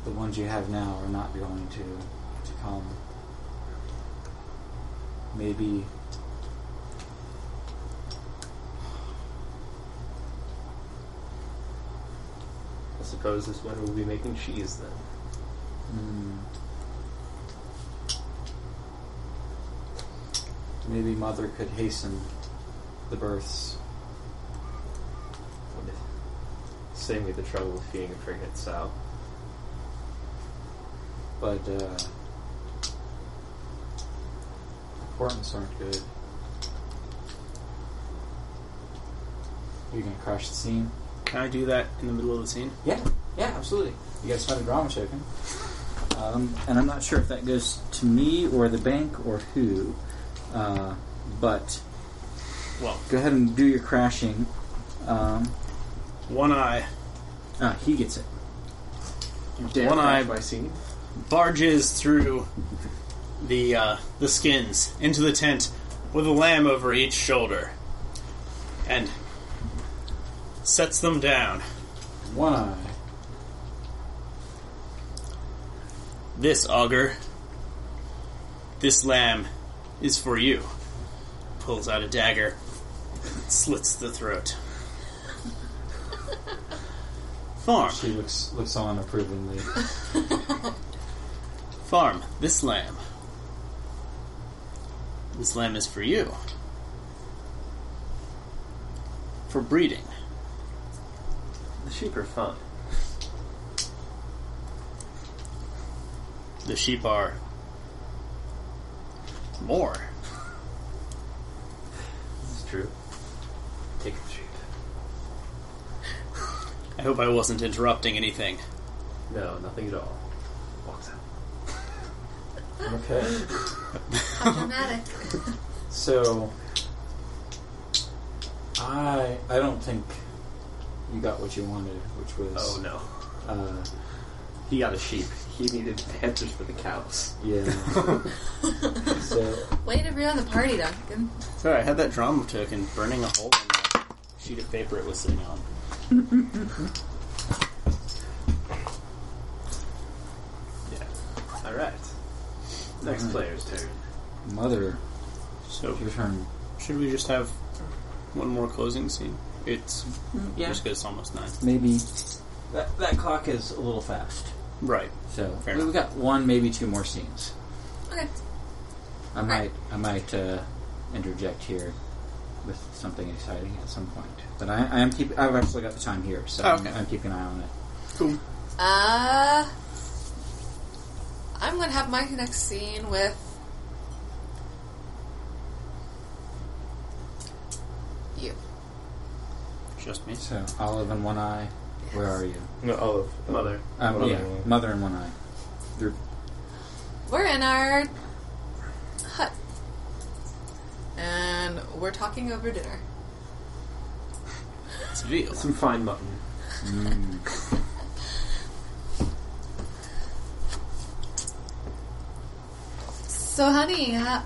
C: the ones you have now are not going to to come. Maybe
B: I suppose this winter we'll be making cheese then.
C: Mm. Maybe mother could hasten the births.
B: Would it- Save me the trouble of feeding a frigate sow.
C: but uh, portents aren't good. You're gonna crash the scene.
G: Can I do that in the middle of the scene?
C: Yeah, yeah, absolutely. You guys find a drama token, um, and I'm not sure if that goes to me or the bank or who, uh, but
G: Well,
C: go ahead and do your crashing. Um,
G: one eye
C: ah, he gets it.
G: One eye-
B: my scene.
G: barges through the uh, the skins into the tent with a lamb over each shoulder, and sets them down.
C: One eye.
G: This auger, this lamb, is for you. Pulls out a dagger, slits the throat. Farm,
C: She looks looks on approvingly.
G: farm, this lamb. This lamb is for you. For breeding.
B: The sheep are fine.
G: The sheep are more.
B: This is true. Take the sheep.
G: I hope I wasn't interrupting anything.
B: No, nothing at all. Walks out.
C: okay.
D: Automatic.
C: So I I don't think you got what you wanted, which was
B: Oh no.
C: uh,
B: He got a sheep. He needed answers for the cows.
C: yeah. so
D: Way to ruin the party, Duncan.
G: Sorry, I had that drama token burning a hole in the sheet of paper it was sitting on.
B: Yeah. All right. Next player's turn.
C: mother,
G: So,
C: your turn.
G: should we just have one more closing scene? It's
C: yeah.
G: just 'cause it's almost nine.
C: Maybe that that clock is a little fast.
G: Right.
C: So
G: Fair
C: we, we got one, maybe two more scenes.
D: Okay.
C: I might I might uh, interject here with something exciting at some point, but I, I am keep I've actually got the time here, so
G: Oh, okay.
C: I'm, I'm keeping an eye on it.
D: Uh, I'm gonna have my next scene with you.
G: Just me.
C: So Olive and One Eye, where are you?
A: No, Olive.
B: Mother.
C: Um,
A: Mother
C: yeah,
A: and One Eye.
C: Mother and One Eye. They're-
D: We're in our hut, and we're talking over dinner.
G: It's veal.
B: Some fine mutton.
D: So, honey, uh,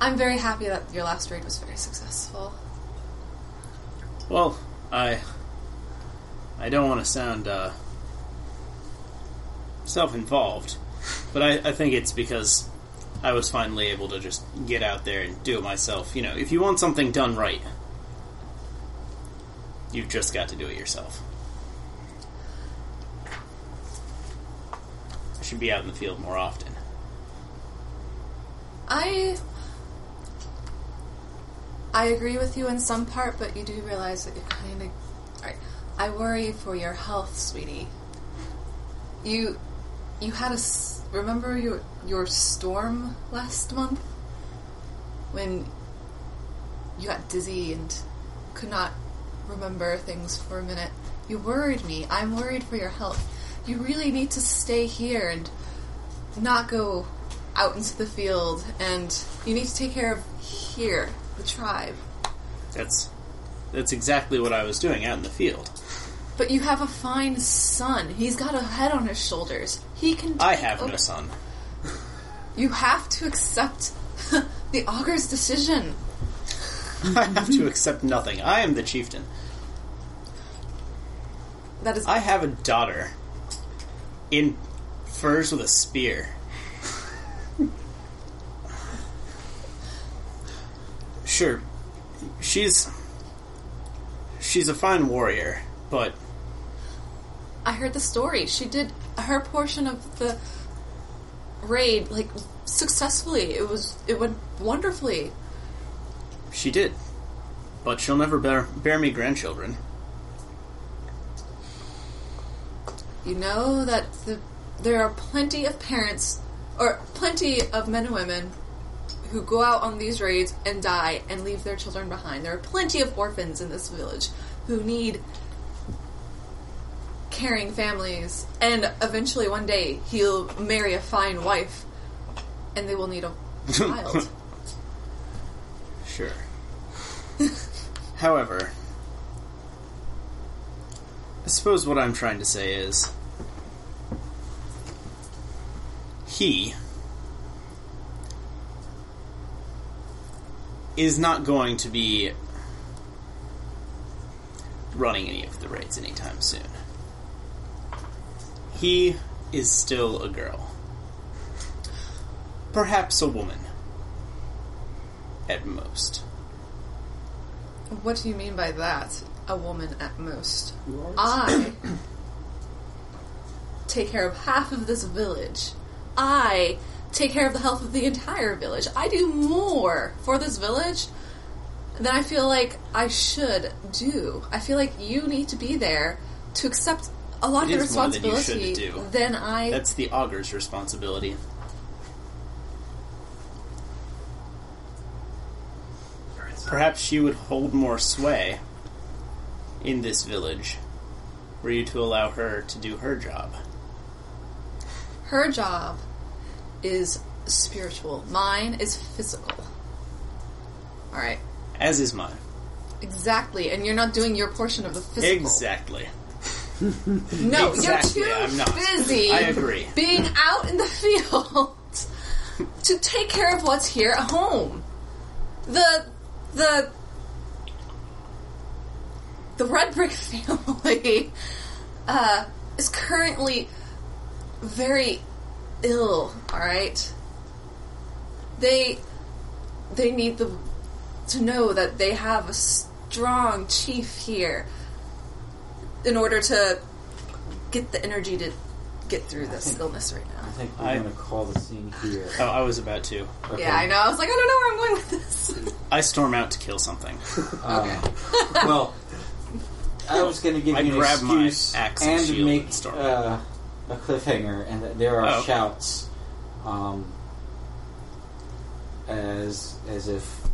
D: I'm very happy that your last raid was very successful.
G: Well, I I don't want to sound uh, self-involved, but I, I think it's because I was finally able to just get out there and do it myself. You know, if you want something done right, You've just got to do it yourself. I should be out in the field more often.
D: I I agree with you in some part, but you do realize that you're kind of. I, I worry for your health, sweetie. You you had a s- remember your your storm last month when you got dizzy and could not remember things for a minute. You worried me. I'm worried for your health. You really need to stay here and not go out into the field and you need to take care of here the tribe
G: That's that's exactly what I was doing out in the field.
D: but you have a fine son he's got a head on his shoulders he can
G: I
D: take
G: have
D: over.
G: no son.
D: you have to accept the augur's decision
G: I have to accept nothing. I am the chieftain.
D: that is
G: I have a daughter in furs with a spear. sure, she's she's a fine warrior, but
D: I heard the story she did her portion of the raid like successfully it was it went wonderfully
G: she did. But she'll never bear, bear me grandchildren.
D: You know that the, there are plenty of parents, or plenty of men and women, who go out on these raids and die and leave their children behind. There are plenty of orphans in this village who need caring families, and eventually one day he'll marry a fine wife, and they will need a child.
G: Sure. However, I suppose what I'm trying to say is he is not going to be running any of the raids anytime soon. He is still a girl. Perhaps a woman. At most.
D: What do you mean by that? A woman at most. I take care of half of this village. I take care of the health of the entire village. I do more for this village than I feel like I should do. I feel like you need to be there to accept a lot
G: It
D: of the
G: is more than you should
D: responsibility
G: do.
D: than I
G: That's the augur's responsibility. Perhaps she would hold more sway in this village were you to allow her to do her job.
D: her job is spiritual. Mine is physical. All right.
G: As is mine.
D: Exactly, and you're not doing your portion of the physical.
G: Exactly.
D: No,
G: Exactly,
D: you're too
G: I'm not.
D: busy
G: I agree.
D: being out in the field to take care of what's here at home. The the the Red Brick family uh, is currently very ill. All right, they they need the to know that they have a strong chief here in order to get the energy to get through this illness right
C: I
D: now.
C: think we're
G: I-
C: going to call the scene here.
G: Oh, I was about to.
C: Okay.
D: Yeah, I know. I was like, I don't know where I'm going with this.
G: I storm out to kill something.
C: Uh, well, I was going to give
G: I
C: you an
G: grab my
C: excuse
G: axe and
C: and
G: shield
C: make
G: and storm.
C: uh, a cliffhanger, and that there
G: Oh,
C: are
G: okay.
C: shouts, um, as as if uh,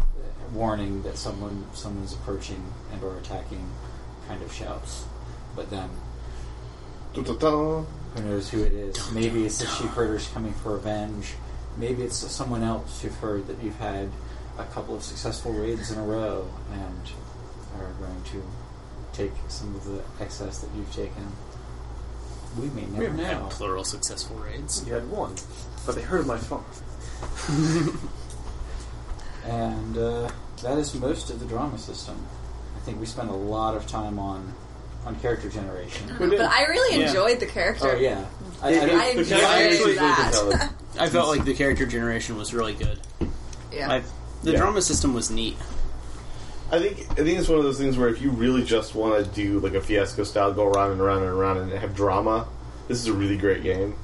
C: warning that someone someone's approaching and or attacking, kind of shouts. But then,
A: Da-da-da.
C: who knows who it is? Maybe it's the sheep herders coming for revenge. Maybe it's someone else you've heard that you've had a couple of successful raids in a row and are going to take some of the excess that you've taken. We may never
G: I have
C: know.
G: plural successful raids.
B: You had one, but they heard my phone.
C: And uh, that is most of the drama system. I think we spent a lot of time on on character generation.
D: But I really
G: Yeah.
D: enjoyed the character.
C: Oh yeah, I, I,
D: I
C: don't-
D: enjoyed
G: I actually
D: that.
G: I felt like the character generation was really good.
D: yeah.
G: i the drama system was neat.
A: I
I: I think I think it's one of those things where if you really just want to do like a fiasco style, go around and around and around and have drama, this is a really great game.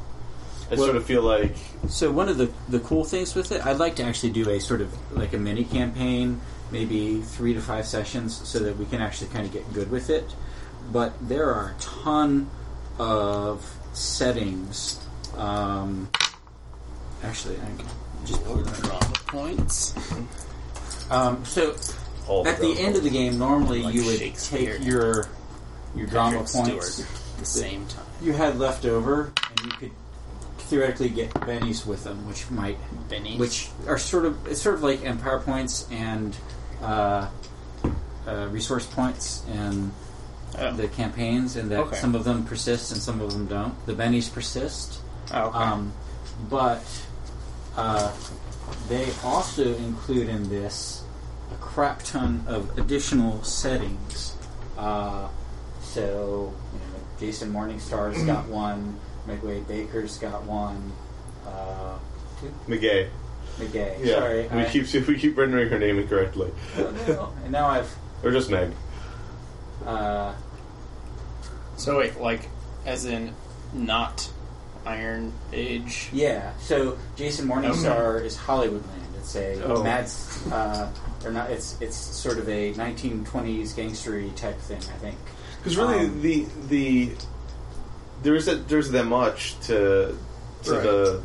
I: I
C: Well-
I: sort of feel like
C: So one of the the cool things with it, I'd like to actually do a sort of like a mini campaign, maybe three to five sessions, so that we can actually kind of get good with it. But there are a ton of settings. Um, actually, I can just pull it right
G: Drama points.
C: um, so
I: all
C: at the end of the game, normally
G: Like
C: you would
G: Shakespeare.
C: take your your drama
G: Patrick
C: points
G: Stewart at the same time.
C: you had left over, and you could theoretically get bennies with them, which might
G: Bennies?
C: which are sort of it's sort of like empire points and uh, uh, resource points and
G: Oh.
C: the campaigns, and that
G: Okay.
C: some of them persist and some of them don't. The bennies persist.
G: Oh, okay.
C: Um, but uh, they also include in this a crap ton of additional settings. Uh, so, you know, Jason Morningstar's got one, Midway Baker's got one, uh,
I: McGay,
C: McGay.
I: yeah,
C: Sorry.
I: we
C: I-
I: keep we keep rendering her name incorrectly,
C: Oh, no. and now I've.
I: or just Meg.
C: Uh,
G: so wait, like, as in not Iron Age?
C: Yeah. So Jason Morningstar is Hollywoodland. It's a
A: Oh.
C: Mads. Uh, or not. It's it's sort of a 1920s gangstery type thing. I think.
I: Because really,
C: Um,
I: the the there isn't there's that much to to
A: Right.
I: the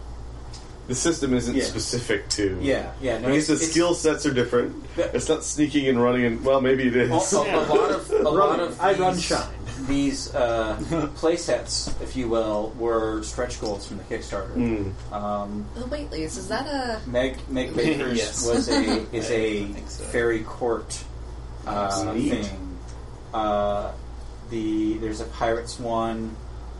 I: the system isn't
C: Yeah.
I: specific to
C: Yeah. Yeah. No,
I: I guess the
C: it's-
I: skill sets are different.
C: Yeah.
I: It's not sneaking and running and well, maybe it is.
C: a, a, a lot of a lot of
A: I
C: these,
A: run shine.
C: these uh, play sets, if you will, were stretch goals from the Kickstarter.
I: Mm.
C: Um,
D: The Waitleys, Oh, is that a.
C: Meg Meg Baker's
G: Yes.
C: was a is
G: I
C: a
G: think so.
C: fairy court uh,
I: Neat.
C: thing. Uh, the there's a pirates one.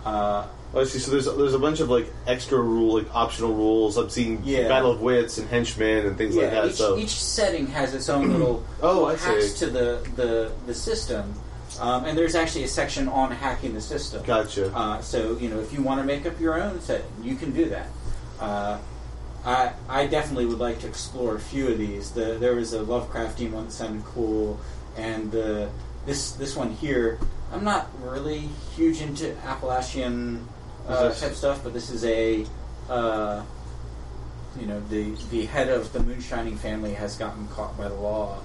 C: Uh,
I: Oh, I see. So there's there's a bunch of like extra rule, like optional rules. I'm seeing
C: Yeah.
I: Battle of Wits and Henchmen and things like
C: yeah,
I: that.
C: each,
I: so
C: each setting has its own little
I: Oh, I
C: hacks
I: see.
C: to the the the system. Um, and there's actually a section on hacking the system.
I: gotcha.
C: Uh, so you know, if you want to make up your own setting, you can do that. Uh, I I definitely would like to explore a few of these. The, there was a Lovecraftian one that sounded cool, and the this this one here. I'm not really huge into Appalachian uh,
I: Is this-
C: type stuff, but this is a. Uh, you know the the head of the moonshining family has gotten caught by the law,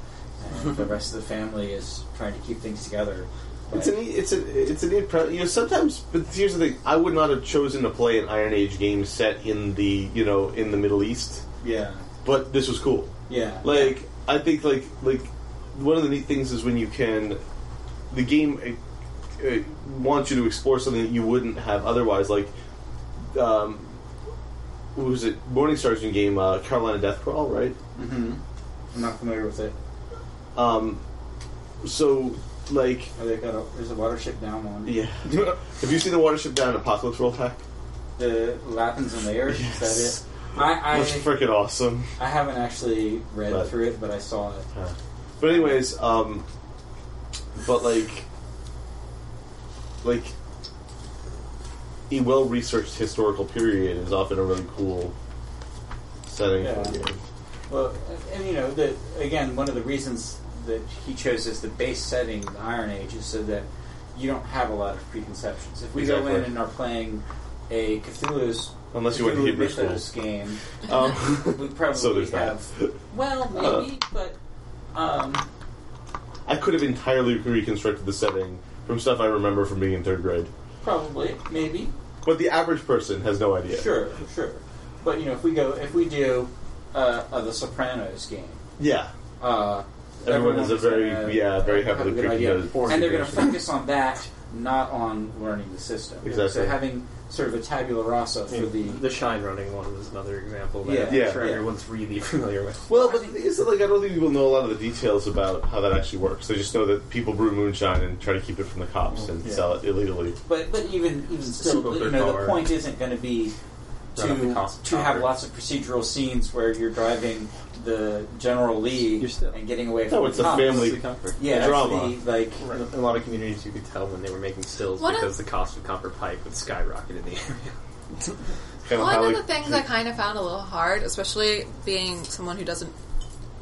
C: and the rest of the family is trying to keep things together.
I: it's
C: But-
I: an e- it's a it's an impre- you know sometimes. But here's the thing: I would not have chosen to play an Iron Age game set in the you know in the Middle East,
C: yeah,
I: but this was cool.
C: yeah,
I: Like I think like like one of the neat things is when you can the game uh, uh, wants you to explore something that you wouldn't have otherwise. Like um, what was it Morningstar's new game uh, Carolina Death Crawl, right?
C: hmm I'm not familiar with it.
I: Um, so like
C: Oh, they got a, there's a Watership Down one.
I: yeah, have you seen the Watership Down and Apocalypse World Pack?
C: The Lappins and Layers. Is
I: Yes.
C: that it? I
I: That's
C: I,
I: freaking awesome.
C: I haven't actually read
I: But-
C: through it, but I saw it.
I: But anyways, um, but like, like a well-researched historical period is often a really cool setting for a
C: Yeah.
I: game.
C: Well, and you know, the, again, one of the reasons that he chose as the base setting the Iron Age is so that you don't have a lot of preconceptions. If we go in
I: Exactly.
C: and are playing a Cthulhu's
I: Unless you went to
C: Cthulhu
I: Hebrew school.
C: Mythos game,
I: Um,
C: we probably
I: so there's that.
C: have well maybe, but um,
I: I could have entirely reconstructed the setting from stuff I remember from being in third grade,
C: probably maybe
I: but the average person has no idea.
C: Sure, sure. But you know, if we go, if we do uh, uh, the Sopranos game,
I: Yeah.
C: uh,
I: Everyone has a
C: everyone's
I: very-
C: gonna
I: yeah, very
C: have
I: heavily
C: a good idea,
I: preconceived
C: and they're going to
I: notion.
C: focus on that, not on learning the system.
I: Exactly.
C: So having sort of a tabula rasa for the,
B: The shine running one was another example that
C: Yeah.
B: I'm
I: Yeah.
B: sure
C: Yeah.
B: everyone's really familiar with.
I: Well, but it's like I don't think people know a lot of the details about how that actually works. They just know that people brew moonshine and try to keep it from the cops and
C: Mm-hmm. Yeah.
I: sell it illegally.
C: but but even even still,
A: Super
C: you know, the
A: third
C: point isn't going to be
A: Run up the
C: to
A: cost of
C: to have
A: power.
C: lots of procedural scenes where you're driving the General Lee
A: You're still-
C: and getting away from
I: No,
C: the
I: it's a
C: cops.
I: family
A: copper.
C: Yeah, that's
I: drama.
C: the, like
B: In a lot of communities, you could tell when they were making stills
D: What
B: because the cost of copper pipe would skyrocket in the area.
I: Kind
D: One
I: how,
D: of
I: like,
D: the things I kind of found a little hard, especially being someone who doesn't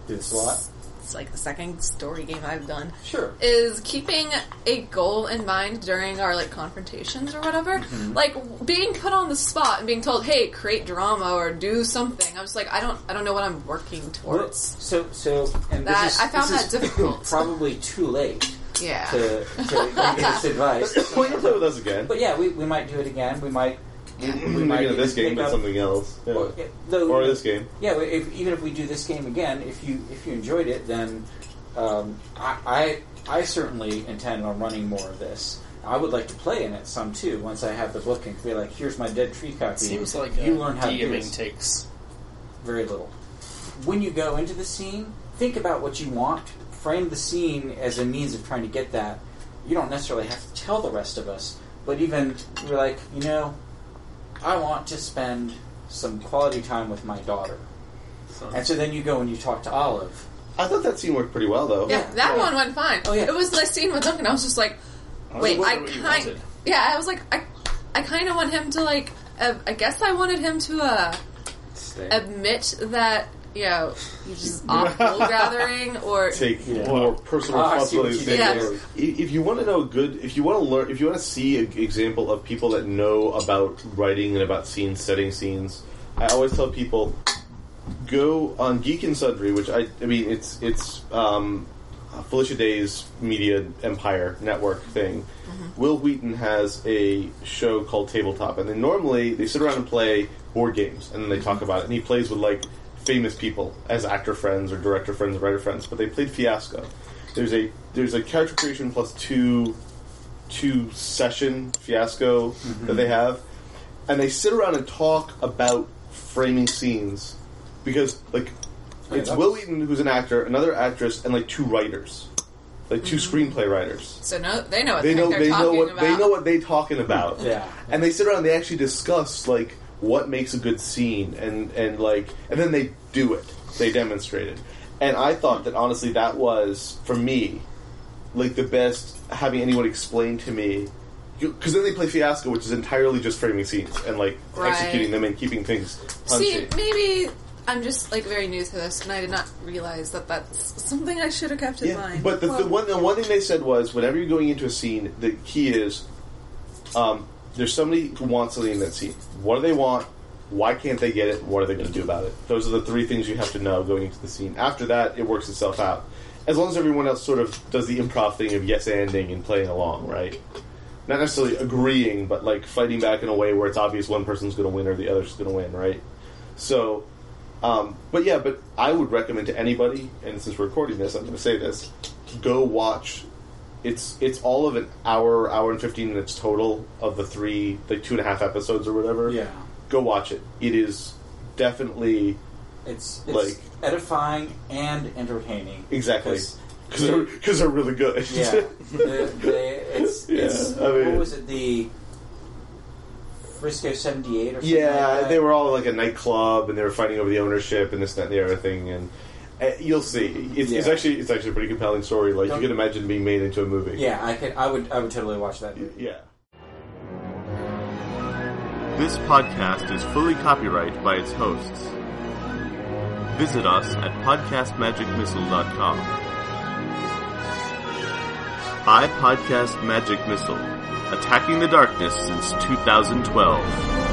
C: this lot.
D: it's like the second story game I've done.
B: Sure.
D: Is keeping a goal in mind during our like confrontations or whatever. Like w- being put on the spot and being told, "Hey, create drama or do something." I was like, I don't, I don't know what I'm working
C: Well,
D: towards.
C: so so and
D: That-
C: this is,
D: I found
C: this is
D: that difficult.
C: probably too late
D: Yeah.
C: to, to give this advice.
A: Play play with us again.
C: But yeah, we, we might do it again. We might. We, we might
A: Maybe not
C: even
A: this game,
C: pick
A: but
C: up-
A: something else. Yeah.
C: Or, though,
A: Or this game.
C: Yeah, well, if, even if we do this game again, if you if you enjoyed it, then um, I, I I certainly intend on running more of this. I would like to play in it some too once I have the book and be like, here's my dead tree copy.
G: Seems like
C: you
G: uh,
C: learn how to do
G: DMing
C: this.
G: takes
C: very little. When you go into the scene, think about what you want. Frame the scene as a means of trying to get that. You don't necessarily have to tell the rest of us, but even you're like, you know, I want to spend some quality time with my daughter.
F: So,
C: And so then you go and you talk to Olive.
A: I thought that scene worked pretty well, though.
D: Yeah, that one went fine.
C: Oh, yeah.
D: It was the scene with Duncan. I was just like,
G: I
D: wait, I
G: wonder what you
D: kind.
G: wanted.
D: Yeah, I was like, I, I kind of want him to like. Uh, I guess I wanted him to uh,
F: stay.
D: admit that you know he's just off goal gathering or
A: Take
C: Yeah.
A: more personal
C: Ah, I see what
A: responsibility.
C: you
A: than-
D: did
A: If if you want to know good, if you want to learn, if you want to see an example of people that know about writing and about scenes, setting scenes, I always tell people go on Geek and Sundry, which I, I mean, it's it's um, Felicia Day's media empire network thing. Will Wheaton has a show called Tabletop, and then normally they sit around and play board games, and then they talk about it. And he plays with like famous people as actor friends or director friends or writer friends, but they played Fiasco. There's a there's a character creation plus two two session fiasco that they have, and they sit around and talk about framing scenes because like it's
C: that's-
A: Will Wheaton who's an actor, another actress, and like two writers, like 2 screenplay writers.
D: so no, they know what
A: They
D: the
A: know
D: heck Mm-hmm. they're
A: they know
D: talking
A: what
D: about.
A: they know what they talking about.
C: Yeah.
A: and they sit around and they actually discuss like what makes a good scene and and like and then they do it. They demonstrate it, and I thought that honestly that was for me like the best having anyone explain to me because then they play fiasco which is entirely just framing scenes and like
D: Right.
A: executing them and keeping things punchy
D: See, maybe I'm just like very new to this, and I did not realize that that's something I should have kept in mind.
A: But the,
D: Well,
A: the one the one thing they said was whenever you're going into a scene, the key is um, there's somebody who wants something in that scene. What do they want? Why can't they get it? What are they going to do about it? Those are the three things you have to know going into the scene. After that, it works itself out. As long as everyone else sort of does the improv thing of yes anding and playing along, right? Not necessarily agreeing, but like fighting back in a way where it's obvious one person's going to win or the other's going to win, right? So um, but yeah, but I would recommend to anybody, and since we're recording this, I'm going to say this: go watch. It's it's all of an hour, hour and fifteen minutes total of the three, like two and a half episodes or whatever.
C: Yeah.
A: go watch it. It is definitely
C: It's, it's
A: Like-
C: edifying and entertaining.
A: exactly
C: 'Cause-
A: because they're because they're really good.
C: Yeah. the, the, it's, it's,
A: Yeah, I mean-
C: what was it? The Frisco 78 or something like
A: Yeah,
C: that?
A: they were all like a nightclub, and they were fighting over the ownership and this, that, and the other thing. And uh, you'll see, it's, it's
C: Yeah.
A: actually it's actually a pretty compelling story. Like
C: Don't-
A: you can imagine being made into a movie.
C: Yeah, I could. I would. I would totally watch that.
A: yeah.
I: This podcast is fully copyrighted by its hosts. Visit us at podcastmagicmissile.com. I Podcast Magic Missile, attacking the darkness since 2012.